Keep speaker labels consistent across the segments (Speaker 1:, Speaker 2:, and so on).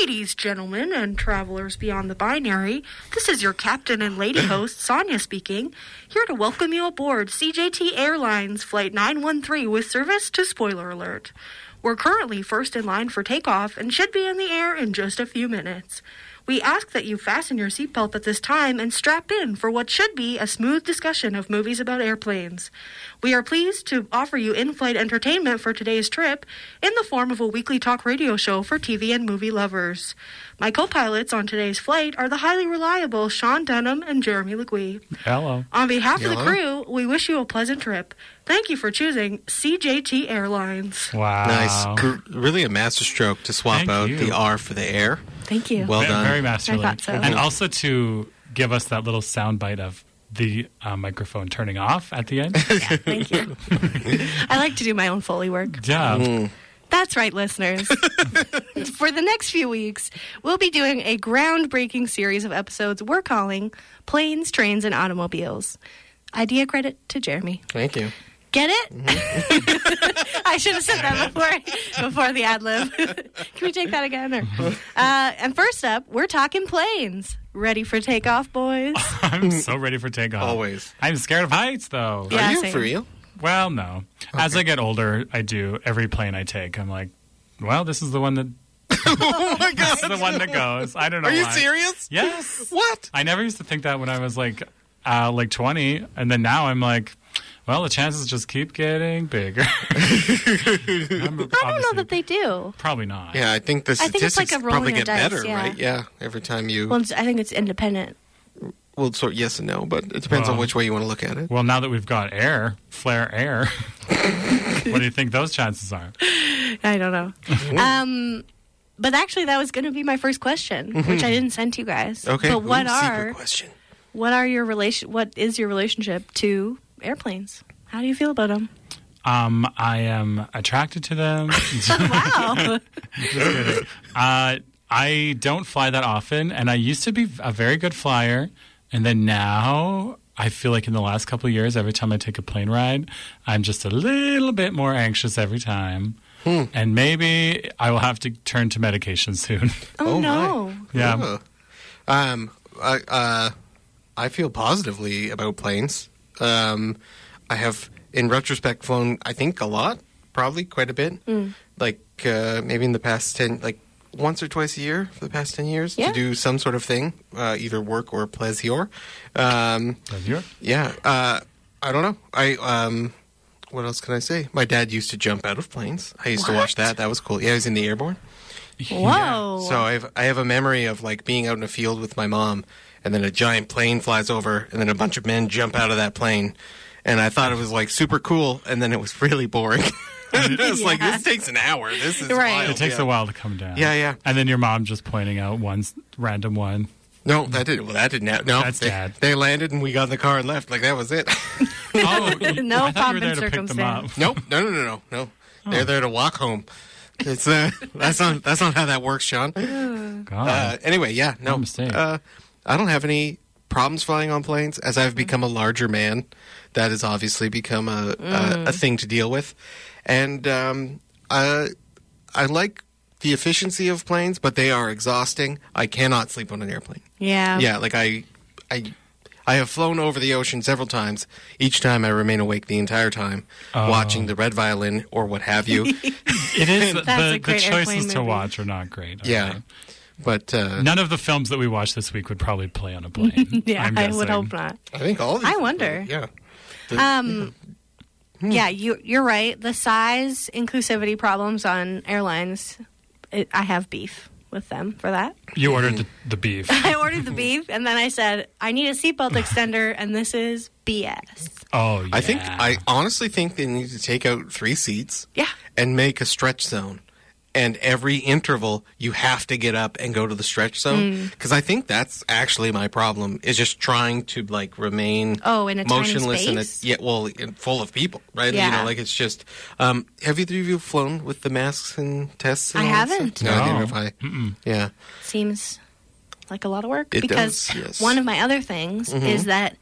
Speaker 1: ladies, gentlemen, and travelers beyond the binary. This is your captain and lady host, Sonia speaking, here to welcome you aboard CJT Airlines Flight 913 with service to Spoiler Alert. We're currently first in line for takeoff and should be in the air in just a few minutes. We ask that you fasten your seatbelt at this time and strap in for what should be a smooth discussion of movies about airplanes. We are pleased to offer you in flight entertainment for today's trip in the form of a weekly talk radio show for TV and movie lovers. My co pilots on today's flight are the highly reliable Sean Denham and Jeremy Legui.
Speaker 2: Hello.
Speaker 1: On behalf of the crew, we wish you a pleasant trip. Thank you for choosing CJT Airlines.
Speaker 2: Wow.
Speaker 3: Nice. Cor- Really a masterstroke to swap
Speaker 2: Thank
Speaker 3: out
Speaker 2: you.
Speaker 3: the R for the air.
Speaker 4: Thank you.
Speaker 3: Well
Speaker 2: Ve-
Speaker 3: done.
Speaker 2: Very masterly.
Speaker 4: I thought so.
Speaker 2: And also to give us that little soundbite of the uh, microphone turning off at the end.
Speaker 4: Yeah, thank you. I like to do my own Foley work.
Speaker 2: yeah.
Speaker 3: Mm.
Speaker 4: That's right, listeners. For the next few weeks, we'll be doing a groundbreaking series of episodes we're calling Planes, Trains, and Automobiles. Idea credit to Jeremy.
Speaker 3: Thank you.
Speaker 4: Get it? I should have said that before before the ad lib. Can we take that again? Or, uh, and first up, we're talking planes. Ready for takeoff, boys?
Speaker 2: I'm so ready for takeoff.
Speaker 3: Always.
Speaker 2: I'm scared of heights, though.
Speaker 4: Yeah,
Speaker 3: Are you
Speaker 4: same.
Speaker 3: for real?
Speaker 2: Well, no. As I get older, I do. Every plane I take, I'm like, well, this is the one that
Speaker 3: oh my
Speaker 2: this is the
Speaker 3: god.
Speaker 2: one that goes. I don't know.
Speaker 3: Are you
Speaker 2: why.
Speaker 3: serious?
Speaker 2: Yes.
Speaker 3: What?
Speaker 2: I never used to think that when I was like uh, like 20, and then now I'm like, well, the chances just keep getting bigger. I
Speaker 4: I don't know that they do.
Speaker 2: Probably not.
Speaker 3: Yeah, I think the
Speaker 4: think it's
Speaker 3: statistics
Speaker 4: like a rolling
Speaker 3: probably
Speaker 4: of
Speaker 3: get
Speaker 4: dice,
Speaker 3: better,
Speaker 4: yeah.
Speaker 3: right? Yeah. Every time you
Speaker 4: Well,
Speaker 3: well,
Speaker 4: it's- I think it's independent.
Speaker 3: sort yes and no, but it depends on
Speaker 2: Well.
Speaker 3: which way you want to look at it.
Speaker 2: Well, now that we've got air, flare air, what do you think those chances are?
Speaker 4: I don't know. um, but actually, that was going to be my first question, which I didn't send to you guys.
Speaker 3: Okay.
Speaker 4: But what
Speaker 3: Ooh,
Speaker 4: are
Speaker 3: secret question?
Speaker 4: what are your relation? What is your relationship to airplanes? How do you feel about them?
Speaker 2: Um, I am attracted to them.
Speaker 4: Wow.
Speaker 2: uh, I don't fly that often, and I used to be a very good flyer, and then now I feel like in the last couple of years, every time I take a plane ride, I'm just a little bit more anxious every time.
Speaker 3: Hmm.
Speaker 2: And maybe I will have to turn to medication soon.
Speaker 4: oh,
Speaker 3: Oh, my.
Speaker 4: no.
Speaker 2: yeah.
Speaker 3: Ugh. Um, I, uh, I feel positively about planes. Um, I have, in retrospect, flown, I think, a lot, probably quite a bit. Like, uh, maybe in the past 10, like once or twice a year for the past 10 years
Speaker 4: Yeah.
Speaker 3: to do some sort of thing, uh, either work or pleasure. Um,
Speaker 2: Does your-
Speaker 3: yeah. Uh, I don't know. I um, what else can I say? My dad used to jump out of planes. I used to watch that. That was cool. Yeah, I was in the airborne.
Speaker 4: Whoa.
Speaker 3: So I have I have a memory of like being out in a field with my mom, and then a giant plane flies over, and then a bunch of men jump out of that plane, and I thought it was like super cool, and then it was really boring. I was like, this takes an hour. This is
Speaker 4: Right.
Speaker 3: wild.
Speaker 2: It takes
Speaker 3: yeah.
Speaker 2: a while to come down.
Speaker 3: Yeah, yeah.
Speaker 2: And then your mom just pointing out one s- random one.
Speaker 3: No, that didn't. Well, that didn't. ha- No,
Speaker 2: That's
Speaker 3: they,
Speaker 2: dad.
Speaker 3: They landed, and we got in the car and left. Like that was it.
Speaker 2: Oh, you-
Speaker 4: No
Speaker 2: I thought you were
Speaker 4: pomp
Speaker 2: there
Speaker 4: and
Speaker 2: to pick them up.
Speaker 4: circumstance.
Speaker 3: nope. No, no, no, no, no. They're there to walk home. It's uh, that's not that's not how that works, Sean.
Speaker 2: God.
Speaker 3: Uh, anyway, yeah, no,
Speaker 2: No mistake.
Speaker 3: Uh, I don't have any problems flying on planes. As I've become a larger man, that has obviously become a
Speaker 4: Mm.
Speaker 3: a, a thing to deal with, and um, I I like the efficiency of planes, but they are exhausting. I cannot sleep on an airplane.
Speaker 4: yeah.
Speaker 3: Yeah, like I I. I have flown over the ocean several times. Each time I remain awake the entire time, watching the red violin or what have you.
Speaker 2: it is the,
Speaker 4: That's a
Speaker 2: the,
Speaker 4: great airplane
Speaker 2: choices to
Speaker 4: movie.
Speaker 2: watch are not great. are
Speaker 3: yeah.
Speaker 2: they?
Speaker 3: But uh,
Speaker 2: None of the films that we watched this week would probably play on a plane.
Speaker 4: Yeah,
Speaker 2: I'm
Speaker 4: I would
Speaker 2: guessing.
Speaker 4: hope not.
Speaker 3: I think all these
Speaker 4: I wonder.
Speaker 3: Yeah.
Speaker 4: Um, yeah, you, you're right. The size inclusivity problems on airlines, it, I have beef with them for that.
Speaker 2: You ordered the, the beef.
Speaker 4: I ordered the beef, and then I said, I need a seatbelt extender, and this is BS.
Speaker 2: Oh, yeah.
Speaker 3: I think I honestly think they need to take out three seats.
Speaker 4: Yeah.
Speaker 3: And make a stretch zone. And every interval you have to get up and go to the stretch zone
Speaker 4: Mm.
Speaker 3: because I think that's actually my problem is just trying to like remain
Speaker 4: Oh, in a tiny
Speaker 3: motionless
Speaker 4: space?
Speaker 3: and a, yeah well in, full of people right you
Speaker 4: Yeah.
Speaker 3: know like it's just um, have either of you flown with the masks and tests and
Speaker 4: I
Speaker 3: all that
Speaker 4: haven't.
Speaker 3: stuff? no, neither
Speaker 2: No.
Speaker 3: have I yeah
Speaker 4: Seems like a lot of work
Speaker 3: It
Speaker 4: because
Speaker 3: does, yes. Mm-hmm.
Speaker 4: one of my other things is that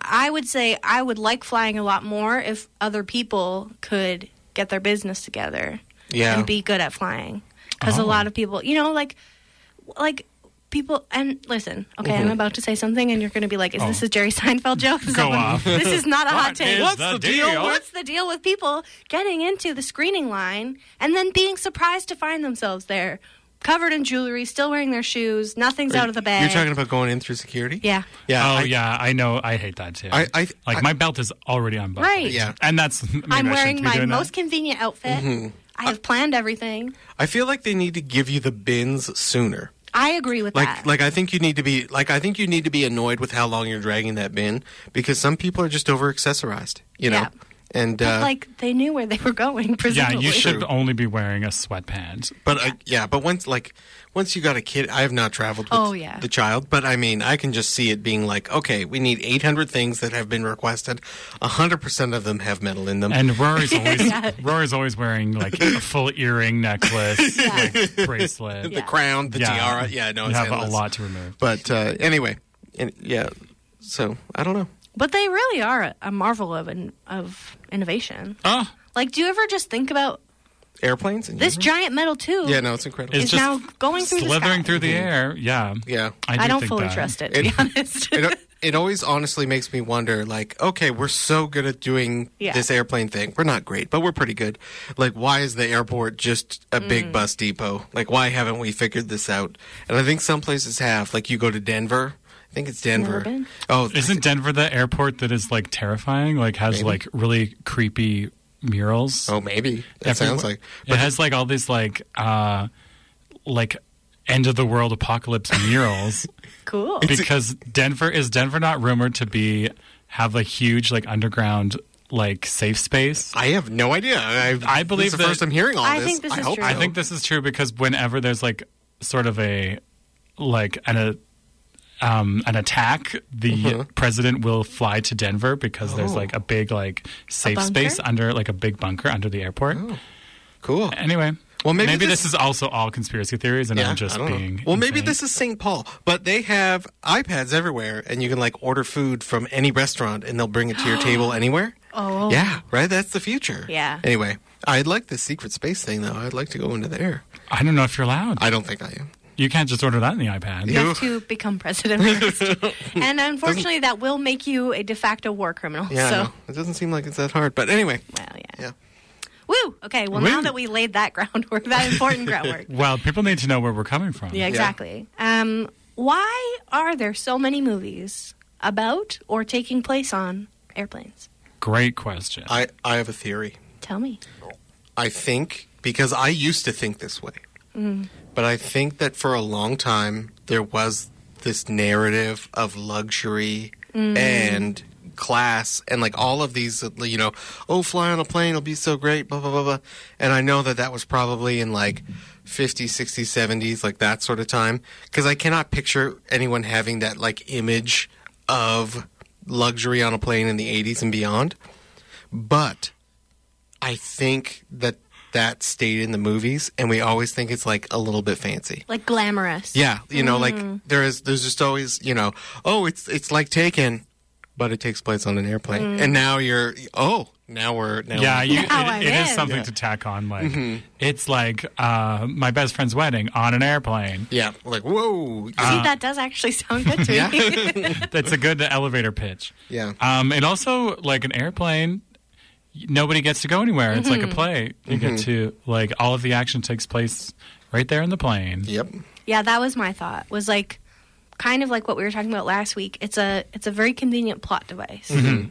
Speaker 4: I would say I would like flying a lot more if other people could get their business together
Speaker 3: yeah
Speaker 2: Oh.
Speaker 4: and be good at flying. Because a lot of people, you know, like like people and listen. Okay, I'm about to say something, and you're going to be like, "Is this a Jerry Seinfeld joke?" Is that
Speaker 2: Mm-hmm. Oh. Go
Speaker 4: one-
Speaker 2: off.
Speaker 4: This is not a hot
Speaker 2: What
Speaker 4: take.
Speaker 2: is
Speaker 4: What's
Speaker 2: the
Speaker 4: the
Speaker 2: deal?
Speaker 4: deal? What's the deal with people getting into the screening line and then being surprised to find themselves there, covered in jewelry, still wearing their shoes, nothing's out of the bag.
Speaker 3: You're talking about going in through security?
Speaker 4: yeah.
Speaker 3: Yeah.
Speaker 2: oh
Speaker 3: I-
Speaker 2: yeah, I know. I hate that too.
Speaker 3: I- I-
Speaker 2: like
Speaker 3: I-
Speaker 2: my belt is already unbuckled.
Speaker 4: Right.
Speaker 3: Yeah.
Speaker 2: and that's maybe I
Speaker 4: I'm
Speaker 2: shouldn't
Speaker 4: wearing
Speaker 2: be
Speaker 4: my
Speaker 2: doing that. Mm-hmm.
Speaker 4: most convenient outfit. I have planned everything.
Speaker 3: I feel like they need to give you the bins sooner.
Speaker 4: I agree with
Speaker 3: Like,
Speaker 4: that.
Speaker 3: like I think you need to be like I think you need to be annoyed with how long you're dragging that bin because some people are just over accessorized, you know.
Speaker 4: Yeah.
Speaker 3: And
Speaker 4: But,
Speaker 3: uh,
Speaker 4: like they knew where they were going.
Speaker 2: Yeah,
Speaker 4: Presumably.
Speaker 2: you should
Speaker 3: True.
Speaker 2: only be wearing a sweatpants.
Speaker 3: But I, yeah, but once like once you got a kid, I have not traveled with
Speaker 4: Oh, yeah.
Speaker 3: the child, but I mean, I can just see it being like, okay, we need 800 things that have been requested. 100% of them have metal in them.
Speaker 2: And Rory's always
Speaker 4: Yeah.
Speaker 2: Rory's always wearing like a full earring necklace, like bracelet.
Speaker 3: the crown, the
Speaker 2: Yeah.
Speaker 3: tiara, yeah, no,
Speaker 2: you
Speaker 3: it's
Speaker 2: have
Speaker 3: endless.
Speaker 2: a lot to remove.
Speaker 3: But uh, anyway, and, yeah. So, I don't know.
Speaker 4: But they really are a, a marvel of in, of innovation.
Speaker 2: Oh,
Speaker 4: Like, do you ever just think about
Speaker 3: Airplanes and
Speaker 4: this giant metal tube?
Speaker 3: Mm-hmm. Yeah, no, it's incredible.
Speaker 2: It's
Speaker 4: is
Speaker 2: just
Speaker 4: now going through
Speaker 2: slithering
Speaker 4: the sky.
Speaker 2: through the air. Yeah,
Speaker 3: Mm-hmm. yeah.
Speaker 2: I, do
Speaker 4: I don't
Speaker 2: think
Speaker 4: fully
Speaker 2: that.
Speaker 4: trust it, to be
Speaker 3: It-
Speaker 4: honest.
Speaker 3: it, it always honestly makes me wonder like okay we're so good at doing
Speaker 4: Yeah.
Speaker 3: this airplane thing we're not great but we're pretty good like why is the airport just a
Speaker 4: Mm.
Speaker 3: big bus depot like why haven't we figured this out and i think some places have like you go to denver i think it's denver
Speaker 4: been.
Speaker 3: oh
Speaker 2: Isn't Denver the airport that is like terrifying? Like has like really creepy murals.
Speaker 3: oh maybe that
Speaker 2: everywhere?
Speaker 3: sounds like
Speaker 2: it has like all these like uh like end of the world apocalypse murals
Speaker 4: cool.
Speaker 2: because Denver is Denver not rumored to be have a huge like underground like safe space.
Speaker 3: i have no idea i,
Speaker 2: I believe
Speaker 3: this is the
Speaker 2: that-
Speaker 3: first i'm hearing all
Speaker 4: I
Speaker 3: this
Speaker 4: think this is
Speaker 3: hope
Speaker 4: true.
Speaker 2: I
Speaker 3: so.
Speaker 2: think this is true because whenever there's like sort of a like an a, um, an attack, the
Speaker 3: Mm-hmm.
Speaker 2: president will fly to Denver because
Speaker 3: Oh.
Speaker 2: there's like a big like safe
Speaker 4: bunker?
Speaker 2: space under like a big bunker under the airport.
Speaker 3: cool
Speaker 2: Anyway,
Speaker 3: Oh. Well, maybe
Speaker 2: this,
Speaker 3: this-
Speaker 2: is also all conspiracy theories, and I'm just
Speaker 3: I don't know.
Speaker 2: being
Speaker 3: Well, maybe
Speaker 2: insane.
Speaker 3: this is St. Paul, but they have iPads everywhere, and you can like order food from any restaurant, and they'll bring it to your table anywhere.
Speaker 4: Oh.
Speaker 3: yeah, right. That's the future.
Speaker 4: Yeah.
Speaker 3: Anyway, I'd like the secret space thing though. I'd like to go into there.
Speaker 2: I don't know if you're allowed.
Speaker 3: I don't think I am.
Speaker 2: you can't just order that in the iPad.
Speaker 4: You have to become president first. and unfortunately, that will make you a de facto war criminal.
Speaker 3: Yeah, I
Speaker 4: so,
Speaker 3: know. it doesn't seem like it's that hard. But anyway,
Speaker 4: well, yeah.
Speaker 3: yeah.
Speaker 4: Woo! Okay, well, now
Speaker 2: Woo.
Speaker 4: that we laid that groundwork, that important groundwork.
Speaker 2: Well, people need to know where we're coming from.
Speaker 4: Yeah, exactly. Um, why are there so many movies about or taking place on airplanes?
Speaker 2: Great question.
Speaker 3: I I have a theory.
Speaker 4: Tell me.
Speaker 3: I think because I used to think this way, but I think that for a long time there was this narrative of luxury and class and like all of these, you know, oh, fly on a plane, it'll be so great, blah, blah, blah, blah. And I know that that was probably in like 50s, 60s, 70s, like that sort of time, because I cannot picture anyone having that like image of luxury on a plane in the 80s and beyond. But I think that that stayed in the movies, and we always think it's like a little bit fancy.
Speaker 4: Like glamorous.
Speaker 3: Yeah, you know, like there is, there's just always, you know, oh, it's it's like Taken, but it takes place on an airplane, and now you're, oh, now we're, now
Speaker 2: Yeah,
Speaker 3: we're-
Speaker 2: you,
Speaker 4: Now I'm
Speaker 2: it, it is
Speaker 4: in.
Speaker 2: something to tack on. Like
Speaker 3: Mm-hmm.
Speaker 2: it's like uh, my best friend's wedding on an airplane.
Speaker 3: yeah, like whoa,
Speaker 4: See, that does actually sound good to me.
Speaker 2: That's a good elevator pitch.
Speaker 3: yeah,
Speaker 2: Um, and also like an airplane, y- nobody gets to go anywhere. It's
Speaker 4: Mm-hmm.
Speaker 2: like a play. You get
Speaker 3: Mm-hmm.
Speaker 2: to like all of the action takes place right there in the plane.
Speaker 3: yep,
Speaker 4: Yeah, that was my thought. Was like kind of like what we were talking about last week. It's a it's a very convenient plot device.
Speaker 3: Mm-hmm.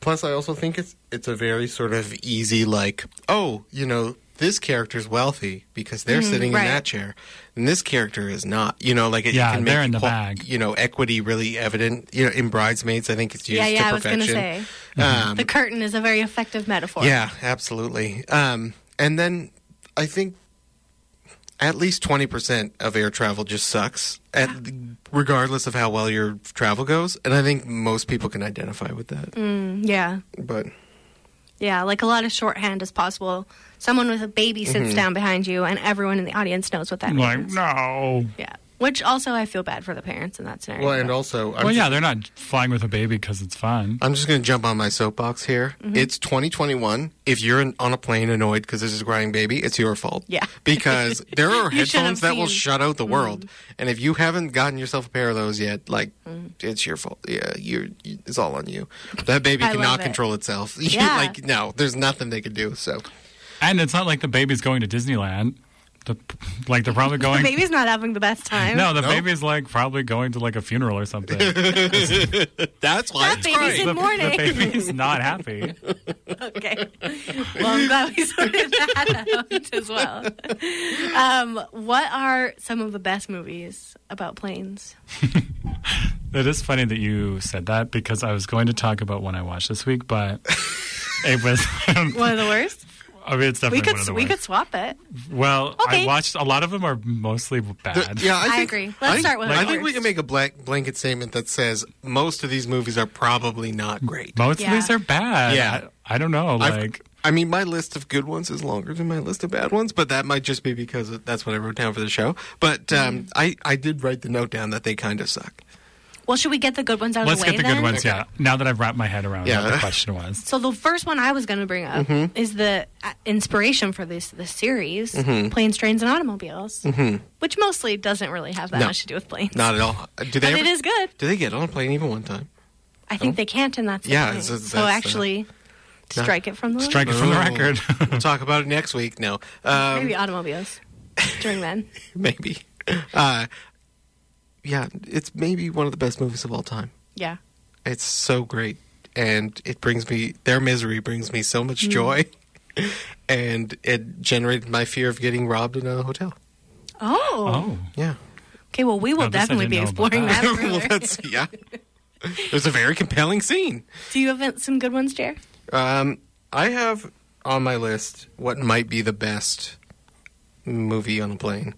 Speaker 3: Plus, I also think it's it's a very sort of easy like, oh, you know, this character's wealthy because they're sitting
Speaker 4: Mm-hmm, right.
Speaker 3: in that chair, and this character is not. You know, like it
Speaker 2: Yeah,
Speaker 3: can make
Speaker 2: they're in the
Speaker 3: qual-
Speaker 2: bag.
Speaker 3: You know, equity really evident. You know, in bridesmaids, I think it's used
Speaker 4: Yeah, yeah, I
Speaker 3: to
Speaker 4: was gonna
Speaker 3: perfection.
Speaker 4: say. Mm-hmm.
Speaker 3: Um,
Speaker 4: The curtain is a very effective metaphor.
Speaker 3: yeah, absolutely. Um, and then I think at least twenty percent of air travel just sucks, at, regardless of how well your travel goes. And I think most people can identify with that.
Speaker 4: Mm. Yeah.
Speaker 3: But
Speaker 4: Yeah, like a lot of shorthand as possible.
Speaker 3: Mm-hmm.
Speaker 4: Someone with a baby sits down behind you and everyone in the audience knows what that
Speaker 2: I'm
Speaker 4: means.
Speaker 2: like no.
Speaker 4: Yeah. Which also, I feel bad for the parents in that scenario.
Speaker 3: Well, and
Speaker 4: but-
Speaker 3: also, I'm
Speaker 2: well,
Speaker 3: just-
Speaker 2: yeah, they're not flying with a baby because it's fun.
Speaker 3: I'm just going to jump on my soapbox here.
Speaker 4: Mm-hmm.
Speaker 3: It's 2021. If you're in, on a plane annoyed because there's a crying baby, it's your fault.
Speaker 4: Yeah.
Speaker 3: Because there are
Speaker 4: You should
Speaker 3: headphones
Speaker 4: have
Speaker 3: that will
Speaker 4: seen- Mm-hmm.
Speaker 3: shut out the world. And if you haven't gotten yourself a pair of those yet, like,
Speaker 4: Mm-hmm.
Speaker 3: it's your fault. Yeah, you're, you- it's all on you. That baby
Speaker 4: I
Speaker 3: cannot
Speaker 4: love it.
Speaker 3: control itself. You-
Speaker 4: Yeah.
Speaker 3: like, no, there's nothing they can do. So,
Speaker 2: And it's not like the baby's going to Disneyland. The, like they're probably
Speaker 4: the
Speaker 2: going.
Speaker 4: baby's not having the best time.
Speaker 2: no, the
Speaker 3: No?
Speaker 2: baby's like probably going to like a funeral or something. the,
Speaker 3: that's why
Speaker 4: That
Speaker 3: it's
Speaker 4: baby's
Speaker 3: crying.
Speaker 4: in-
Speaker 2: the
Speaker 4: morning.
Speaker 2: baby's not happy.
Speaker 4: okay. Well, I'm glad we sorted that out as well. Um, what are some of the best movies about planes?
Speaker 2: It is funny that you said that because I was going to talk about one I watched this week, but it was.
Speaker 4: One of the worst.
Speaker 2: I mean, it's definitely
Speaker 4: We could
Speaker 2: one of the
Speaker 4: we
Speaker 2: worst.
Speaker 4: could swap it.
Speaker 2: Well,
Speaker 4: Okay.
Speaker 2: I watched a lot of them are mostly bad.
Speaker 3: Uh, yeah, I,
Speaker 4: I
Speaker 3: think-
Speaker 4: agree. Let's
Speaker 3: I-
Speaker 4: start with
Speaker 3: I
Speaker 4: the
Speaker 3: think we
Speaker 4: worst.
Speaker 3: can make a blank, blanket statement that says most of these movies are probably not great.
Speaker 2: Most
Speaker 4: Yeah.
Speaker 2: of these are bad.
Speaker 3: Yeah.
Speaker 2: I, I don't know.
Speaker 3: I've-
Speaker 2: Like,
Speaker 3: I mean, my list of good ones is longer than my list of bad ones, but that might just be because that's what I wrote down for the show. But
Speaker 2: Mm-hmm.
Speaker 3: um, I, I did write the note down that they kind of suck.
Speaker 4: Well, should we get the good ones out
Speaker 2: let's
Speaker 4: of the
Speaker 2: get
Speaker 4: way
Speaker 2: the
Speaker 4: then?
Speaker 2: good ones.
Speaker 3: Okay.
Speaker 2: Yeah. Now that I've wrapped my head around
Speaker 3: Yeah.
Speaker 2: what the question was.
Speaker 4: So the first one I was going to bring up
Speaker 3: Mm-hmm.
Speaker 4: is the uh, inspiration for this the series,
Speaker 3: Mm-hmm.
Speaker 4: planes, trains, and automobiles, which mostly doesn't really have that
Speaker 3: No.
Speaker 4: much to do with planes.
Speaker 3: Not at all. Uh, Do they?
Speaker 4: but it
Speaker 3: ever-
Speaker 4: is good.
Speaker 3: Do they get on a plane even one time?
Speaker 4: I think they can't, and that's the
Speaker 3: Yeah,
Speaker 4: point.
Speaker 3: it's- it's-
Speaker 4: so
Speaker 3: that's, uh,
Speaker 4: actually,
Speaker 3: no.
Speaker 4: strike it from the
Speaker 2: Strike it from the
Speaker 3: Oh.
Speaker 2: record.
Speaker 3: We'll talk about it next week. No, um,
Speaker 4: maybe automobiles during then.
Speaker 3: maybe. Uh, yeah, it's maybe one of the best movies of all time.
Speaker 4: Yeah.
Speaker 3: It's so great, and it brings me their misery brings me so
Speaker 4: Mm-hmm.
Speaker 3: much joy, and it generated my fear of getting robbed in a hotel.
Speaker 4: Oh.
Speaker 2: oh.
Speaker 3: Yeah.
Speaker 4: Okay. Well, we will
Speaker 2: No, this I
Speaker 4: definitely
Speaker 2: didn't
Speaker 4: be
Speaker 2: know about
Speaker 4: exploring that.
Speaker 2: that.
Speaker 3: well,
Speaker 4: further.
Speaker 3: that's yeah. It was a very compelling scene.
Speaker 4: Do you have some good ones, Jer?
Speaker 3: Um, I have on my list what might be the best movie on a plane,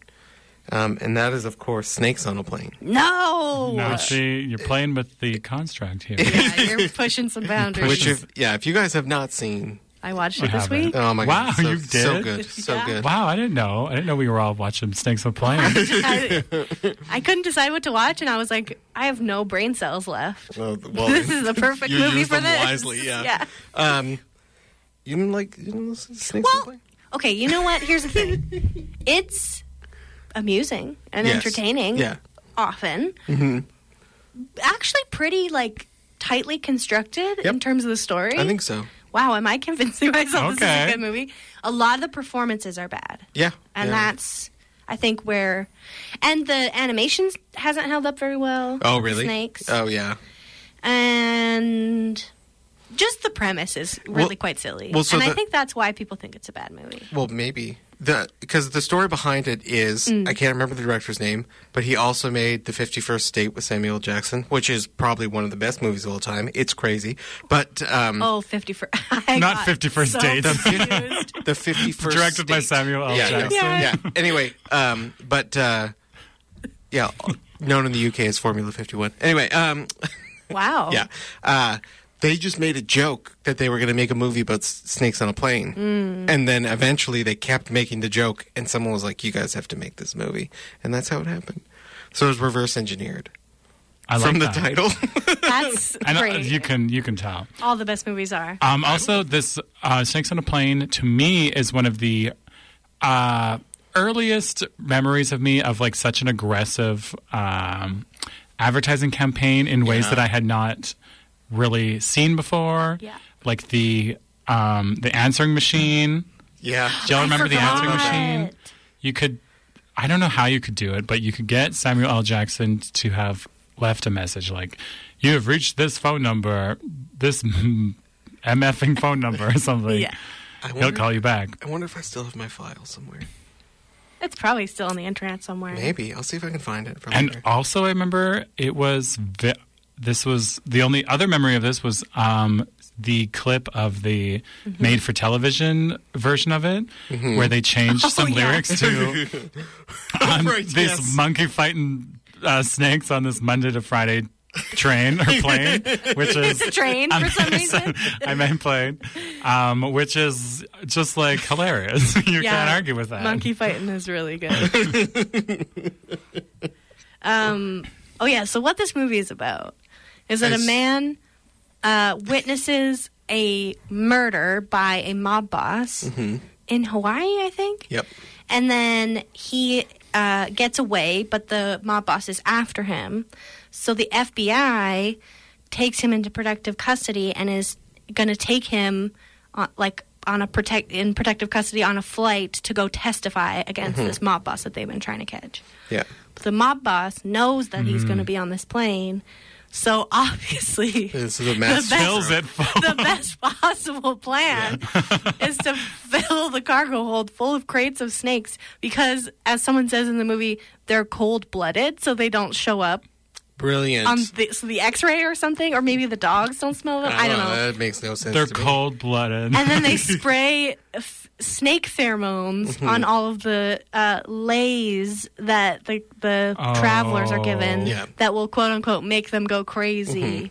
Speaker 3: um, and that is of course Snakes on a Plane.
Speaker 4: No.
Speaker 2: Now, see, you're playing with the construct here.
Speaker 4: Yeah, you're pushing some boundaries.
Speaker 3: Which, if yeah, if you guys have not seen,
Speaker 4: I watched
Speaker 2: I
Speaker 4: it this
Speaker 2: haven't.
Speaker 4: week.
Speaker 3: oh my
Speaker 2: Wow,
Speaker 3: god, so,
Speaker 2: you
Speaker 3: so
Speaker 2: did?
Speaker 3: good, so
Speaker 4: Yeah.
Speaker 3: good.
Speaker 2: Wow, I didn't know. I didn't know we were all watching Snakes on a Plane.
Speaker 4: I, I couldn't decide what to watch, and I was like, I have no brain cells left.
Speaker 3: Well, well,
Speaker 4: This is the perfect
Speaker 3: you
Speaker 4: movie
Speaker 3: used
Speaker 4: for
Speaker 3: them
Speaker 4: this.
Speaker 3: wisely, yeah. um, you didn't like you didn't listen to Snakes on a
Speaker 4: Well,
Speaker 3: Plane?
Speaker 4: okay. You know what? Here's the thing. It's amusing and
Speaker 3: Yes.
Speaker 4: entertaining.
Speaker 3: Yeah,
Speaker 4: Often. Actually, pretty like tightly constructed in
Speaker 3: Yep.
Speaker 4: terms of the story.
Speaker 3: I think so.
Speaker 4: Wow, am I convincing myself this
Speaker 2: Okay.
Speaker 4: is a good movie? A lot of the performances are bad.
Speaker 3: Yeah,
Speaker 4: And
Speaker 3: yeah.
Speaker 4: that's I think where and the animation hasn't held up very well.
Speaker 3: Oh
Speaker 4: with the
Speaker 3: really?
Speaker 4: Snakes.
Speaker 3: Oh yeah.
Speaker 4: And just the premise is really
Speaker 3: Well-
Speaker 4: quite silly.
Speaker 3: well, so
Speaker 4: and I
Speaker 3: the-
Speaker 4: think that's why people think it's a bad movie.
Speaker 3: Well, maybe the because the story behind it is I can't remember the director's name, but he also made the Fifty First State with Samuel Jackson, which is probably one of the best movies of all time. It's crazy, but um,
Speaker 4: Oh, 50 for I
Speaker 2: Not
Speaker 4: got
Speaker 2: 51st
Speaker 4: so
Speaker 2: Dates.
Speaker 4: confused.
Speaker 3: the Fifty First
Speaker 2: Directed by Samuel L.
Speaker 3: Yeah, yeah,
Speaker 2: Jackson.
Speaker 3: yeah. Anyway, um, but uh, yeah, known in the UK as Formula Fifty One. Anyway, um,
Speaker 4: wow.
Speaker 3: yeah. Uh, they just made a joke that they were going to make a movie about s- snakes on a plane.
Speaker 4: Mm.
Speaker 3: And then eventually they kept making the joke, and someone was like, You guys have to make this movie. And that's how it happened. So it was reverse engineered
Speaker 2: I like
Speaker 3: from the
Speaker 2: that.
Speaker 3: title.
Speaker 4: That's
Speaker 2: And uh,
Speaker 4: great.
Speaker 2: you can you can tell.
Speaker 4: All the best movies are.
Speaker 2: Um, also, this uh, Snakes on a Plane to me is one of the uh, earliest memories of me of like such an aggressive um, advertising campaign in ways that I had not really seen before.
Speaker 4: Yeah.
Speaker 2: Like the um, the answering machine.
Speaker 3: yeah.
Speaker 2: Do y'all
Speaker 4: I
Speaker 2: remember the answering
Speaker 4: forgot.
Speaker 2: machine? You could, I don't know how you could do it, but you could get Samuel L. Jackson to have left a message like, "You have reached this phone number, this mffing phone number or something.
Speaker 4: Yeah.
Speaker 3: I
Speaker 2: He'll
Speaker 3: wonder,
Speaker 2: call you back."
Speaker 3: I wonder if I still have my file somewhere.
Speaker 4: It's probably still on the internet somewhere.
Speaker 3: Maybe. I'll see if I can find it. For
Speaker 2: And
Speaker 3: later.
Speaker 2: also, I remember it was vi- this was the only other memory of this was um, the clip of the
Speaker 3: Mm-hmm.
Speaker 2: made for television version of it, where they changed some
Speaker 4: yeah.
Speaker 2: lyrics to um,
Speaker 3: Oh, Right,
Speaker 2: this
Speaker 3: yes.
Speaker 2: monkey fighting uh, snakes on this Monday to Friday train or plane, which is
Speaker 4: It's a train for some reason.
Speaker 2: I meant plane, um, which is just like hilarious. you can't argue with that.
Speaker 4: Monkey fighting is really good. Um, oh yeah. So what this movie is about is that a
Speaker 3: Nice.
Speaker 4: man uh, witnesses a murder by a mob boss in Hawaii, I think.
Speaker 3: Yep.
Speaker 4: And then he uh, gets away, but the mob boss is after him. So the FBI takes him into protective custody and is going to take him on, like on a protect in protective custody on a flight to go testify against this mob boss that they've been trying to catch.
Speaker 3: Yeah.
Speaker 4: But the mob boss knows that he's going to be on this plane. So obviously
Speaker 3: This is a
Speaker 4: The
Speaker 3: mass.
Speaker 4: best-
Speaker 2: Kills it.
Speaker 4: the best possible plan is to fill the cargo hold full of crates of snakes because, as someone says in the movie, they're cold blooded, so they don't show up
Speaker 3: Brilliant.
Speaker 4: on the, so the x ray or something, or maybe the dogs don't smell them. I don't know.
Speaker 3: That makes no sense.
Speaker 2: They're
Speaker 3: to me.
Speaker 2: cold blooded.
Speaker 4: And then they spray f- snake pheromones
Speaker 3: Mm-hmm.
Speaker 4: on all of the uh, lays that the, the travelers are given
Speaker 2: Oh.
Speaker 3: Yeah. Mm-hmm.
Speaker 4: that will quote unquote make them go crazy.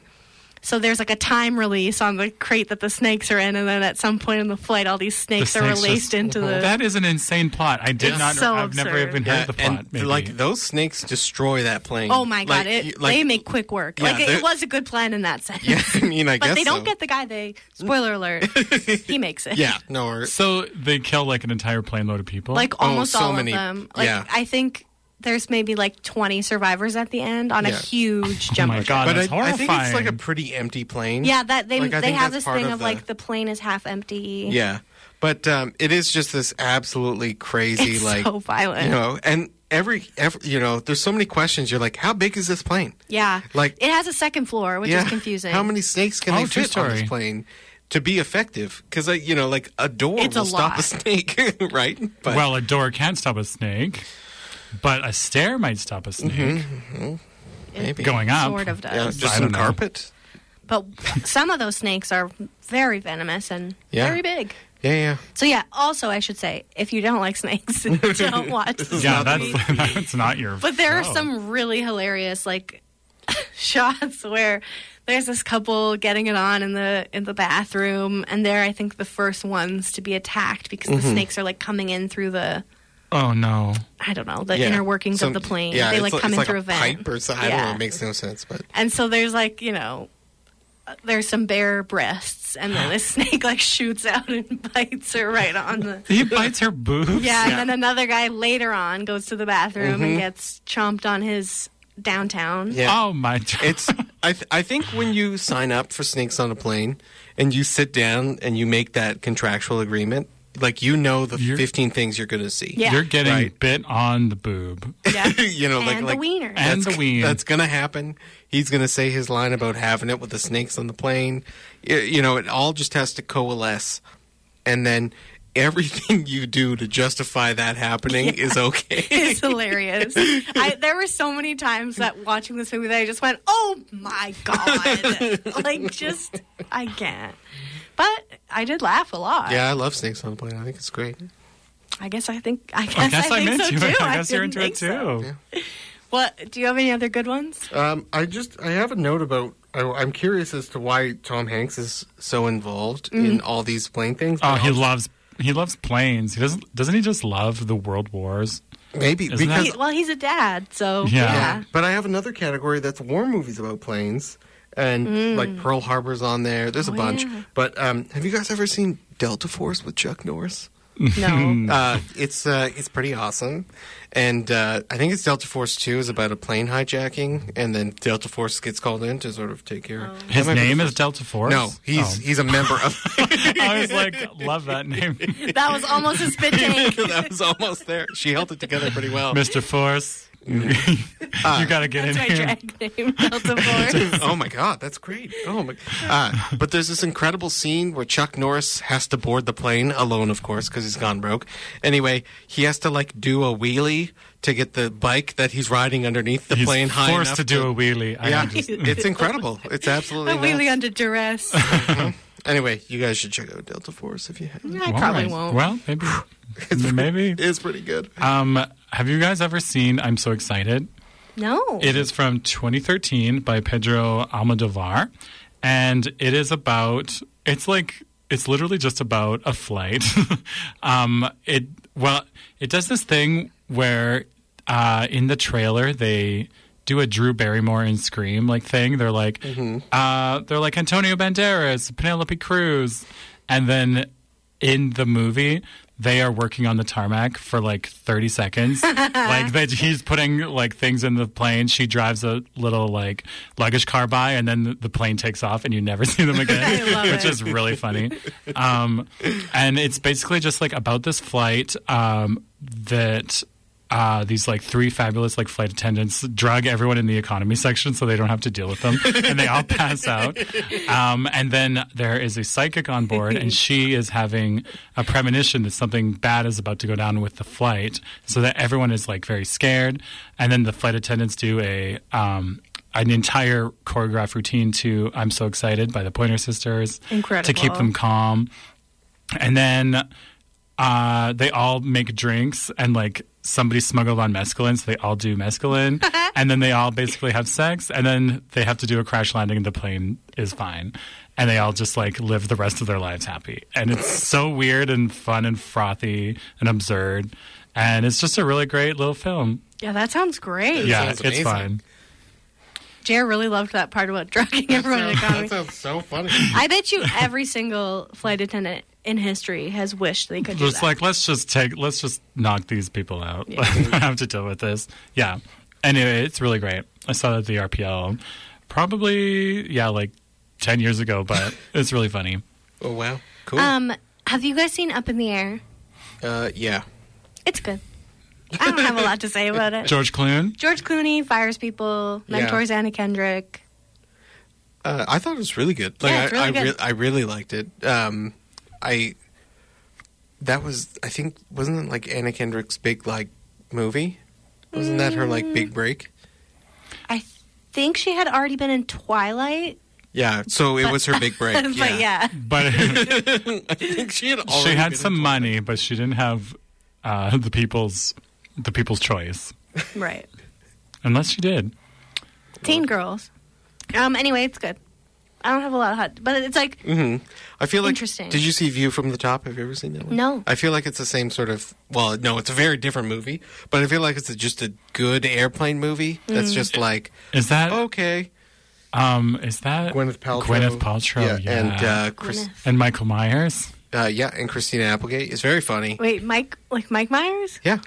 Speaker 4: So there's like a time release on the crate that the snakes are in, and then at some point in the flight, all these snakes, are
Speaker 2: snakes just-
Speaker 4: released into
Speaker 3: mm-hmm.
Speaker 4: the.
Speaker 2: That is an insane plot. I did
Speaker 4: It's
Speaker 2: not.
Speaker 4: so
Speaker 2: I've never
Speaker 4: absurd.
Speaker 2: even heard
Speaker 3: Yeah,
Speaker 2: the plot.
Speaker 3: and
Speaker 2: maybe.
Speaker 3: like those snakes destroy that plane.
Speaker 4: oh my
Speaker 3: Like,
Speaker 4: god! it,
Speaker 3: you- like-
Speaker 4: they make quick work.
Speaker 3: Yeah,
Speaker 4: like it,
Speaker 3: they're-
Speaker 4: it was a good plan in that sense.
Speaker 3: Yeah, I mean, I
Speaker 4: but
Speaker 3: guess
Speaker 4: they don't
Speaker 3: so.
Speaker 4: get the guy. They spoiler alert. he makes it.
Speaker 3: Yeah, no, or,
Speaker 2: so they kill like an entire plane load of people.
Speaker 4: like
Speaker 3: Oh,
Speaker 4: almost
Speaker 3: so
Speaker 4: all
Speaker 3: many.
Speaker 4: of them. Like
Speaker 3: Yeah.
Speaker 4: I think there's maybe like 20 survivors at the end on
Speaker 3: Yeah.
Speaker 4: a huge
Speaker 2: oh
Speaker 4: jumbo
Speaker 2: my
Speaker 4: jet.
Speaker 2: god,
Speaker 3: but I,
Speaker 2: that's
Speaker 3: I
Speaker 2: horrifying.
Speaker 3: think it's like a pretty empty plane.
Speaker 4: Yeah, that they
Speaker 3: Like, I
Speaker 4: they
Speaker 3: think
Speaker 4: have
Speaker 3: that's
Speaker 4: this
Speaker 3: part
Speaker 4: thing
Speaker 3: of
Speaker 4: of,
Speaker 3: the-
Speaker 4: like the plane is half empty.
Speaker 3: yeah. But um, it is just this absolutely crazy,
Speaker 4: it's
Speaker 3: like
Speaker 4: so violent.
Speaker 3: you know, and every, every, you know, there's so many questions. You're like, how big is this plane?
Speaker 4: yeah,
Speaker 3: like-
Speaker 4: it has a second floor, which is confusing.
Speaker 3: How many snakes can
Speaker 2: Oh,
Speaker 3: they
Speaker 2: true
Speaker 3: fit on this
Speaker 2: story.
Speaker 3: plane to be effective? Because you know, like a door
Speaker 4: It's a
Speaker 3: will stop a
Speaker 4: lot.
Speaker 3: snake, right? But
Speaker 2: well, a door can't stop a snake, but a stair might stop a
Speaker 3: Mm-hmm.
Speaker 2: snake.
Speaker 3: maybe
Speaker 2: Going up.
Speaker 4: Sort of
Speaker 3: yeah,
Speaker 4: does,
Speaker 3: just
Speaker 2: I
Speaker 3: some
Speaker 2: don't know.
Speaker 3: carpet.
Speaker 4: but some of those snakes are very venomous and
Speaker 3: Yeah.
Speaker 4: very big.
Speaker 3: Yeah, yeah.
Speaker 4: So yeah. Also, I should say, if you don't like snakes, don't watch. this
Speaker 2: Yeah,
Speaker 4: movie.
Speaker 2: that's that's not your.
Speaker 4: But there are
Speaker 2: show.
Speaker 4: some really hilarious like shots where there's this couple getting it on in the in the bathroom and they're I think the first ones to be attacked because
Speaker 3: Mm-hmm.
Speaker 4: the snakes are like coming in through the
Speaker 2: Oh no.
Speaker 4: I don't know, the
Speaker 3: yeah.
Speaker 4: inner workings
Speaker 3: Some-
Speaker 4: of the plane.
Speaker 3: Yeah,
Speaker 4: they
Speaker 3: it's
Speaker 4: like
Speaker 3: li-
Speaker 4: come
Speaker 3: it's
Speaker 4: in
Speaker 3: like
Speaker 4: through
Speaker 3: a
Speaker 4: a vent.
Speaker 3: pipe or something. I don't know. It makes no sense, but
Speaker 4: And so there's like, you know, uh, there's some bare breasts and then this snake like shoots out and bites her right on the
Speaker 2: He bites her boobs.
Speaker 4: Yeah, and then another guy later on goes to the bathroom and gets chomped on his downtown.
Speaker 3: Mm-hmm. yeah.
Speaker 2: Oh my. God.
Speaker 3: It's I th- I think when you sign up for Snakes on a Plane and you sit down and you make that contractual agreement, like you know the
Speaker 2: You're-
Speaker 3: 15 things you're going to see.
Speaker 4: Yeah.
Speaker 2: You're getting
Speaker 3: Right.
Speaker 2: bit on the boob.
Speaker 4: Yeah.
Speaker 3: you know, like
Speaker 4: and
Speaker 3: like
Speaker 4: the wiener.
Speaker 2: And
Speaker 3: that's,
Speaker 2: the ween.
Speaker 3: that's going to happen. He's going to say his line about having it with the snakes on the plane. Y- you know, it all just has to coalesce and then everything you do to justify that happening is okay.
Speaker 4: It's hilarious. I, there were so many times that watching this movie that I just went, "Oh my god!" like, just I can't. But I did laugh a lot.
Speaker 3: yeah, I love Snakes on a Plane. I think it's great.
Speaker 4: I guess I think. I guess I,
Speaker 2: I guess I,
Speaker 4: think
Speaker 2: meant
Speaker 4: so
Speaker 2: you.
Speaker 4: too.
Speaker 2: I guess you're
Speaker 4: didn't
Speaker 2: into it
Speaker 4: think
Speaker 2: too.
Speaker 4: so. What? Do you have any other good ones?
Speaker 3: Um, I just I have a note about. I, I'm curious as to why Tom Hanks is so involved
Speaker 4: Mm-hmm.
Speaker 3: in all these plane things.
Speaker 2: Oh,
Speaker 3: but
Speaker 2: he loves he loves planes. He doesn't doesn't he just love the world wars?
Speaker 3: maybe
Speaker 2: Isn't
Speaker 3: because.
Speaker 4: He- well, he's a dad, so
Speaker 2: Yeah.
Speaker 4: yeah.
Speaker 3: But I have another category that's war movies about planes, and like Pearl Harbor's on there. There's a
Speaker 4: Mm. Oh,
Speaker 3: bunch.
Speaker 4: yeah.
Speaker 3: But um, have you guys ever seen Delta Force with Chuck Norris?
Speaker 4: No,
Speaker 3: Uh, it's uh, it's pretty awesome, and uh, I think it's Delta Force Two is about a plane hijacking, and then Delta Force gets called in to sort of take care.
Speaker 4: Oh.
Speaker 3: of
Speaker 2: His name is Delta Force.
Speaker 3: No, he's he's a member of.
Speaker 2: Oh. I was like, love that name,
Speaker 4: that was almost a spit take.
Speaker 3: that was almost there. She held it together pretty well.
Speaker 2: Mister Force.
Speaker 3: Mm-hmm.
Speaker 2: you gotta get
Speaker 4: That's
Speaker 2: in
Speaker 4: my
Speaker 2: here.
Speaker 4: drag name, Delta Force.
Speaker 3: oh my god, that's great. Oh my. Uh, but there's this incredible scene where Chuck Norris has to board the plane alone, of course, because he's gone broke. Anyway, he has to like do a wheelie to get the bike that he's riding underneath the
Speaker 2: He's
Speaker 3: plane high
Speaker 2: forced
Speaker 3: enough
Speaker 2: to do a wheelie. I
Speaker 3: yeah,
Speaker 2: understand.
Speaker 3: it's incredible. It's absolutely
Speaker 4: I'm really
Speaker 3: nuts.
Speaker 4: under duress.
Speaker 3: Anyway, you guys should check out Delta Force if you haven't.
Speaker 4: I
Speaker 2: Alright.
Speaker 4: probably won't.
Speaker 2: Well, maybe. maybe.
Speaker 3: It's pretty good.
Speaker 2: Um, have you guys ever seen I'm So Excited?
Speaker 4: no.
Speaker 2: It is from 2013 by Pedro Almodovar, and it is about. It's like it's literally just about a flight. um, it well, it does this thing where uh, in the trailer they do a Drew Barrymore and Scream like thing. They're like, uh, they're like Antonio Banderas, Penelope Cruz, and then in the movie they are working on the tarmac for like 30 seconds like that he's putting like things in the plane she drives a little like luggage car by and then the- the plane takes off and you never see them again
Speaker 4: love
Speaker 2: which
Speaker 4: it.
Speaker 2: is really funny um, and it's basically just like about this flight um, that uh, these like three fabulous like flight attendants drug everyone in the economy section so they don't have to deal with them and they all pass out um, and then there is a psychic on board and she is having a premonition that something bad is about to go down with the flight so that everyone is like very scared and then the flight attendants do a um, an entire choreographed routine to i'm so excited by the pointer sisters to keep
Speaker 4: Incredible.
Speaker 2: them calm and then uh, they all make drinks and like somebody smuggled on mescaline, so they all do mescaline, and then they all basically have sex, and then they have to do a crash landing, and the plane is fine, and they all just like live the rest of their lives happy, and it's so weird and fun and frothy and absurd, and it's just a really great little film.
Speaker 4: Yeah, that sounds great.
Speaker 2: yeah,
Speaker 3: sounds
Speaker 2: it's
Speaker 3: amazing.
Speaker 2: fun.
Speaker 4: Jer really loved that part about drugging everyone in the economy.
Speaker 3: sounds so funny.
Speaker 4: I bet you every single flight attendant in history has wished they could do
Speaker 2: Just
Speaker 4: that.
Speaker 2: like let's just take let's just knock these people out.
Speaker 4: Yeah.
Speaker 2: I don't have to deal with this. Yeah. Anyway, it's really great. I saw that at the RPL probably yeah, like ten years ago, but it's really funny.
Speaker 3: Oh wow, cool.
Speaker 4: um, have you guys seen Up in the Air?
Speaker 3: uh, yeah,
Speaker 4: It's good. I don't have a lot to say about it.
Speaker 2: George Clooney.
Speaker 4: George Clooney fires people,
Speaker 3: Yeah.
Speaker 4: mentors Anna Kendrick.
Speaker 3: uh, I thought it was really good. Like
Speaker 4: Yeah, it's
Speaker 3: I,
Speaker 4: really
Speaker 3: I,
Speaker 4: good.
Speaker 3: I really liked it. Um, I that was I think wasn't it like Anna Kendrick's big like movie? Wasn't that her like
Speaker 4: Mm.
Speaker 3: big break?
Speaker 4: I think she had already been in Twilight.
Speaker 3: Yeah, so it was her big break.
Speaker 4: but yeah.
Speaker 2: But
Speaker 3: I think she had already
Speaker 2: she had
Speaker 3: been
Speaker 2: some money, but she didn't have uh, the people's the people's choice.
Speaker 4: Right.
Speaker 2: Unless she did.
Speaker 4: Teen Girls. Um, anyway, it's good. I don't have a lot of hot, but it's like
Speaker 3: Mm-hmm. I feel like.
Speaker 4: Interesting.
Speaker 3: Did you see View from the Top? Have you ever seen that one?
Speaker 4: No.
Speaker 3: I feel like it's the same sort of. Well, no, it's a very different movie, but I feel like it's a, just a good airplane movie that's
Speaker 4: Mm.
Speaker 3: just like
Speaker 2: Is that
Speaker 3: okay.
Speaker 2: um is that
Speaker 3: Oh. Gwyneth Paltrow.
Speaker 2: Gwyneth Paltrow, yeah.
Speaker 3: and uh, Chris,
Speaker 4: Gwyneth.
Speaker 2: and Michael Myers.
Speaker 3: uh, yeah, and Christina Applegate is very funny.
Speaker 4: wait, Mike, like Mike Myers,
Speaker 3: Yeah,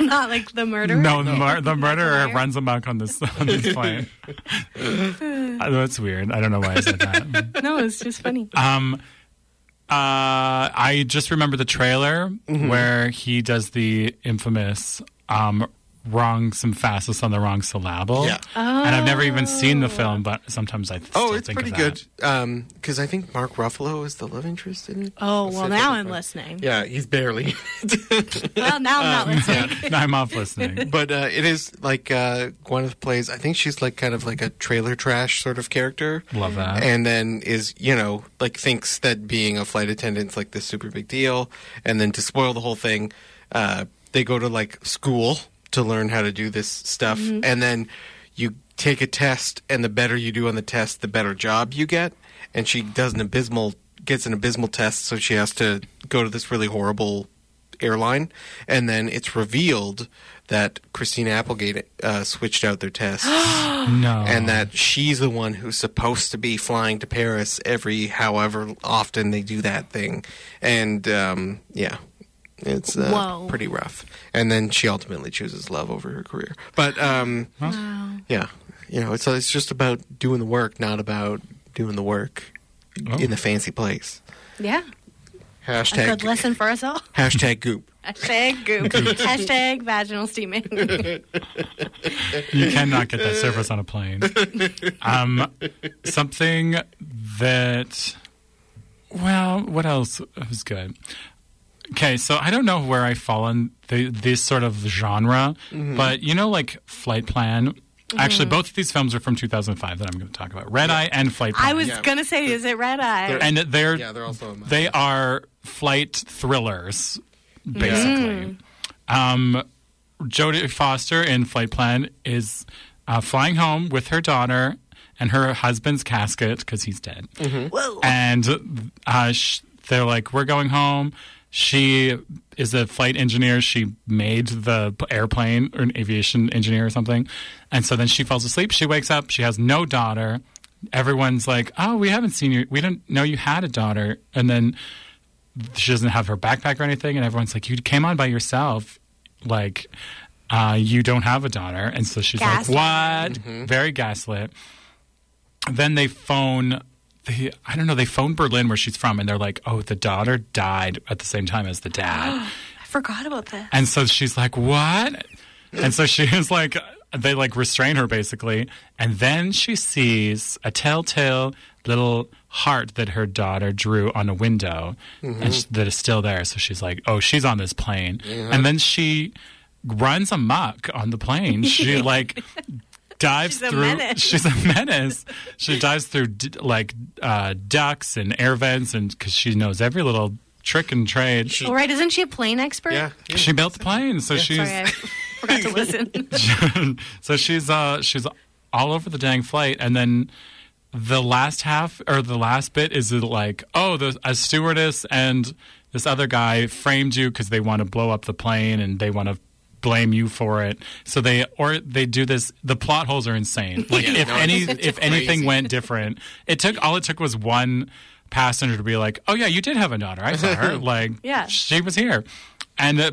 Speaker 4: not like the murderer.
Speaker 2: No, the, mur- the murderer
Speaker 4: Liar.
Speaker 2: runs amok on this on this plane. Uh, That's weird. I don't know why I said that.
Speaker 4: no, it's just funny.
Speaker 2: Um, uh, I just remember the trailer where he does the infamous um, wrong some fastest on the wrong syllable.
Speaker 3: Yeah.
Speaker 2: And I've never even seen the film, but sometimes I th-
Speaker 3: oh,
Speaker 2: still
Speaker 3: it's
Speaker 2: think of
Speaker 3: pretty
Speaker 2: that.
Speaker 3: good. Um, because I think Mark Ruffalo is the love interest in it.
Speaker 4: Oh well,
Speaker 3: Let's see if I
Speaker 4: now
Speaker 3: can
Speaker 4: I'm
Speaker 3: find-
Speaker 4: listening.
Speaker 3: Yeah, he's barely.
Speaker 4: Well, now
Speaker 2: Um,
Speaker 4: I'm not listening.
Speaker 2: I'm off listening.
Speaker 3: but uh, it is like uh, Gwyneth plays. I think she's like kind of like a trailer trash sort of character.
Speaker 2: Love that.
Speaker 3: and then is you know like thinks that being a flight attendant's like this super big deal and then to spoil the whole thing uh, they go to like school to learn how to do this stuff and then you take a test and the better you do on the test the better job you get and she does an abysmal gets an abysmal test so she has to go to this really horrible airline and then it's revealed that christina applegate uh, switched out their tests
Speaker 2: no.
Speaker 3: and that she's the one who's supposed to be flying to Paris every however often they do that thing. And um, yeah, it's uh,
Speaker 4: Whoa.
Speaker 3: pretty rough. And then she ultimately chooses love over her career. But um, yeah, you know, it's it's just about doing the work, not about doing the work
Speaker 2: Oh.
Speaker 3: in the fancy place.
Speaker 4: Yeah, a good
Speaker 3: Hashtag
Speaker 4: lesson for us all.
Speaker 3: hashtag goop.
Speaker 4: Hashtag goop. Hashtag vaginal steaming.
Speaker 2: you cannot get that service on a plane. Um, something that, well, what else was good? Okay, so I don't know where I fall in the, this sort of genre,
Speaker 4: Mm-hmm.
Speaker 2: but you know, like Flight Plan. Actually, both of these films are from 2005 that I'm going to talk about Red Eye and Flight Plan.
Speaker 4: I was
Speaker 3: Yeah.
Speaker 4: gonna say, is it red eye?
Speaker 3: They're-
Speaker 2: and they're,
Speaker 3: Yeah, they're also in my-
Speaker 2: they are flight thrillers, basically. Um, Jodie Foster in Flight Plan is uh, flying home with her daughter and her husband's casket because he's dead.
Speaker 4: Whoa.
Speaker 2: And uh, sh- they're like, "We're going home." She is a flight engineer. She made the p- airplane or an aviation engineer or something. And so then she falls asleep. She wakes up. She has no daughter. Everyone's like, oh, we haven't seen you. We didn't know you had a daughter. And then she doesn't have her backpack or anything. And everyone's like, you came on by yourself. Like, uh, you don't have a daughter. And so she's
Speaker 4: Gaslit.
Speaker 2: like, what? Very gaslit then they phone they, I don't know, they phone Berlin where she's from and they're like, "Oh, the daughter died at the same time as the dad."
Speaker 4: I forgot about that.
Speaker 2: and so she's like, "What?" And so she is like they like restrain her basically, and then she sees a telltale little heart that her daughter drew on a window
Speaker 4: Mm-hmm.
Speaker 2: and sh- that is still there. So she's like, "Oh, she's on this plane." And then she runs amok on the plane. She like dives
Speaker 4: She's a
Speaker 2: through
Speaker 4: menace.
Speaker 2: she's a menace. she dives through d- like uh, ducts and air vents and cuz she knows every little trick and trade. She,
Speaker 4: All Oh, right, isn't she a plane expert?
Speaker 3: Yeah.
Speaker 2: built the plane, so she's
Speaker 4: Sorry, I forgot to listen.
Speaker 2: so she's uh she's all over the dang flight and then the last half or the last bit is like oh the a stewardess and this other guy framed you because they want to blow up the plane and they want to blame you for it so they or they do this the plot holes are insane like
Speaker 3: Yeah,
Speaker 2: if
Speaker 3: no,
Speaker 2: any
Speaker 3: it's-
Speaker 2: if anything went different it took all it took was one passenger to be like oh yeah you did have a daughter i saw her like
Speaker 4: Yeah.
Speaker 2: she was here and uh,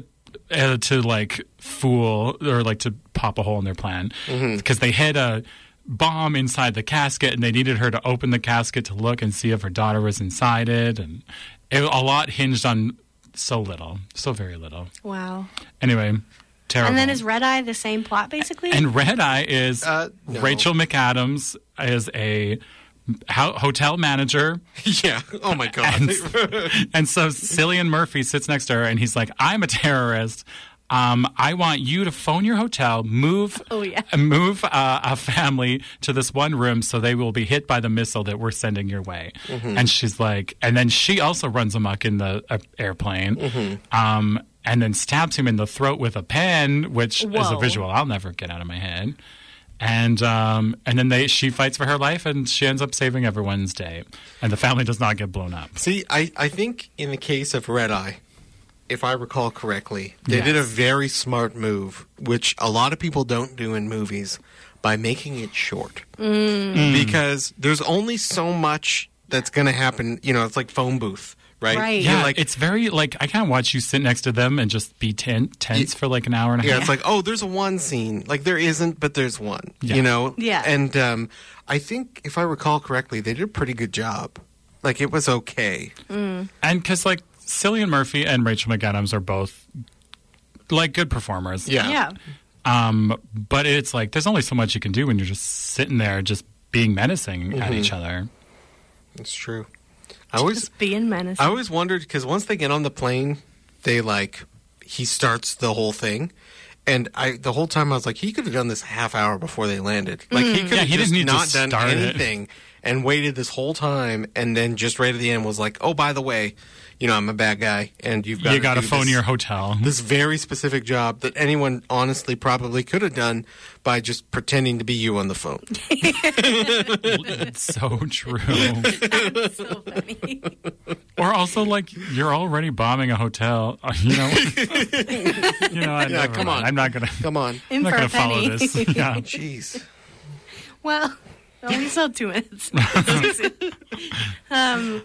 Speaker 2: uh, to like fool or like to pop a hole in their plan because they hid a bomb inside the casket and they needed her to open the casket to look and see if her daughter was inside it and it, a lot hinged on so little so very little
Speaker 4: Wow.
Speaker 2: anyway terrible
Speaker 4: And then is Red Eye the same plot basically?
Speaker 2: and Red Eye is
Speaker 3: Uh, no.
Speaker 2: Rachel McAdams is a ho- hotel manager
Speaker 3: Yeah. Oh my god.
Speaker 2: and so Cillian Murphy sits next to her and he's like, I'm a terrorist. Um, I want you to phone your hotel, move,
Speaker 4: Oh, yeah.
Speaker 2: move uh, a family to this one room so they will be hit by the missile that we're sending your way. And she's like, and then she also runs amok in the uh, airplane, um, and then stabs him in the throat with a pen, which is a
Speaker 4: Whoa.
Speaker 2: visual I'll never get out of my head. And um, and then they she fights for her life and she ends up saving everyone's day, and the family does not get blown up.
Speaker 3: See, I, I think in the case of Red Eye, if I recall correctly, they did a
Speaker 2: Yes.
Speaker 3: very smart move, which a lot of people don't do in movies, by making it short.
Speaker 4: Mm.
Speaker 3: Because there's only so much that's going to happen. You know, it's like phone booth, right?
Speaker 4: Right.
Speaker 3: You're
Speaker 2: Yeah,
Speaker 3: like,
Speaker 2: it's very like I can't watch you sit next to them and just be ten- tense for like an hour and a
Speaker 3: Yeah,
Speaker 2: half.
Speaker 3: it's like, oh, there's one scene. Like there isn't, but there's one.
Speaker 2: Yeah.
Speaker 3: You know?
Speaker 4: Yeah.
Speaker 3: And um, I think if I recall correctly, they did a pretty good job. Like it was okay.
Speaker 2: and because like Cillian Murphy and Rachel McAdams are both like good performers.
Speaker 4: yeah.
Speaker 2: Um, but it's like there's only so much you can do when you're just sitting there, just being menacing at
Speaker 3: Mm-hmm.
Speaker 2: each other.
Speaker 3: It's true. I always
Speaker 4: Just being menacing.
Speaker 3: I always wondered because once they get on the plane, they like he starts the whole thing, and I the whole time I was like, he could have done this a half hour before they landed. Like he could
Speaker 2: Mm. Yeah,
Speaker 3: have
Speaker 2: he
Speaker 3: just
Speaker 2: didn't need to
Speaker 3: not done
Speaker 2: start it.
Speaker 3: anything and waited this whole time, and then just right at the end was like, oh by the way, you know I'm a bad guy, and you've got
Speaker 2: you got to
Speaker 3: do
Speaker 2: phone
Speaker 3: this-
Speaker 2: your hotel.
Speaker 3: This very specific job that anyone honestly probably could have done by just pretending to be you on the phone.
Speaker 2: it's so true.
Speaker 4: so funny.
Speaker 2: or also like you're already bombing a hotel. You know. you know. I
Speaker 3: Yeah,
Speaker 2: never
Speaker 3: come
Speaker 2: mind.
Speaker 3: on.
Speaker 2: I'm not gonna.
Speaker 3: Come on,
Speaker 2: I'm
Speaker 4: In
Speaker 2: not
Speaker 4: for a
Speaker 2: gonna follow
Speaker 4: penny.
Speaker 2: this. Yeah.
Speaker 3: jeez.
Speaker 4: Well, we still have two minutes. um,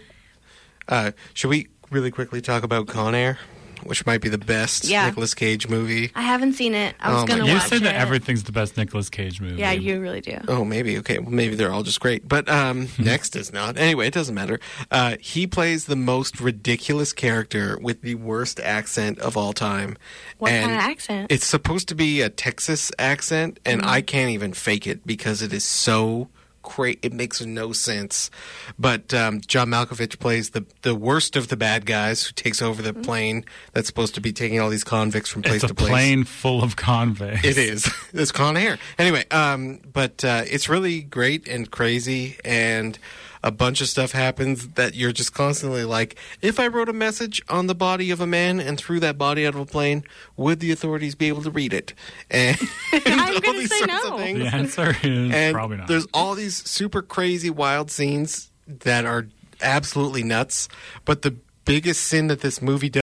Speaker 3: Uh, should we really quickly talk about Con Air, which might be the best
Speaker 4: Yeah.
Speaker 3: Nicolas Cage movie?
Speaker 4: I haven't seen it. I was
Speaker 3: Oh my
Speaker 4: going to
Speaker 3: God.
Speaker 2: You
Speaker 4: watch
Speaker 2: say
Speaker 4: it.
Speaker 2: that everything's the best Nicolas Cage movie.
Speaker 4: yeah, you really do.
Speaker 3: Oh, maybe. Okay. Well, maybe they're all just great. But um, next is not. Anyway, it doesn't matter. Uh, he plays the most ridiculous character with the worst accent of all time.
Speaker 4: What
Speaker 3: And
Speaker 4: kind of accent?
Speaker 3: It's supposed to be a Texas accent, and I can't even fake it because it is so crazy. It makes no sense. But um, John Malkovich plays the the worst of the bad guys who takes over the plane that's supposed to be taking all these convicts from place
Speaker 2: It's a
Speaker 3: to place.
Speaker 2: plane full of convicts.
Speaker 3: It is. It's Con Air. Anyway, um, but uh, it's really great and crazy, and a bunch of stuff happens that you're just constantly like, if I wrote a message on the body of a man and threw that body out of a plane, would the authorities be able to read it? And
Speaker 4: I'm
Speaker 3: all
Speaker 4: going to
Speaker 3: these
Speaker 4: say
Speaker 3: sorts of
Speaker 4: no.
Speaker 3: things.
Speaker 2: The answer is
Speaker 3: and
Speaker 2: probably not.
Speaker 3: there's all these super crazy wild scenes that are absolutely nuts, but the biggest sin that this movie does.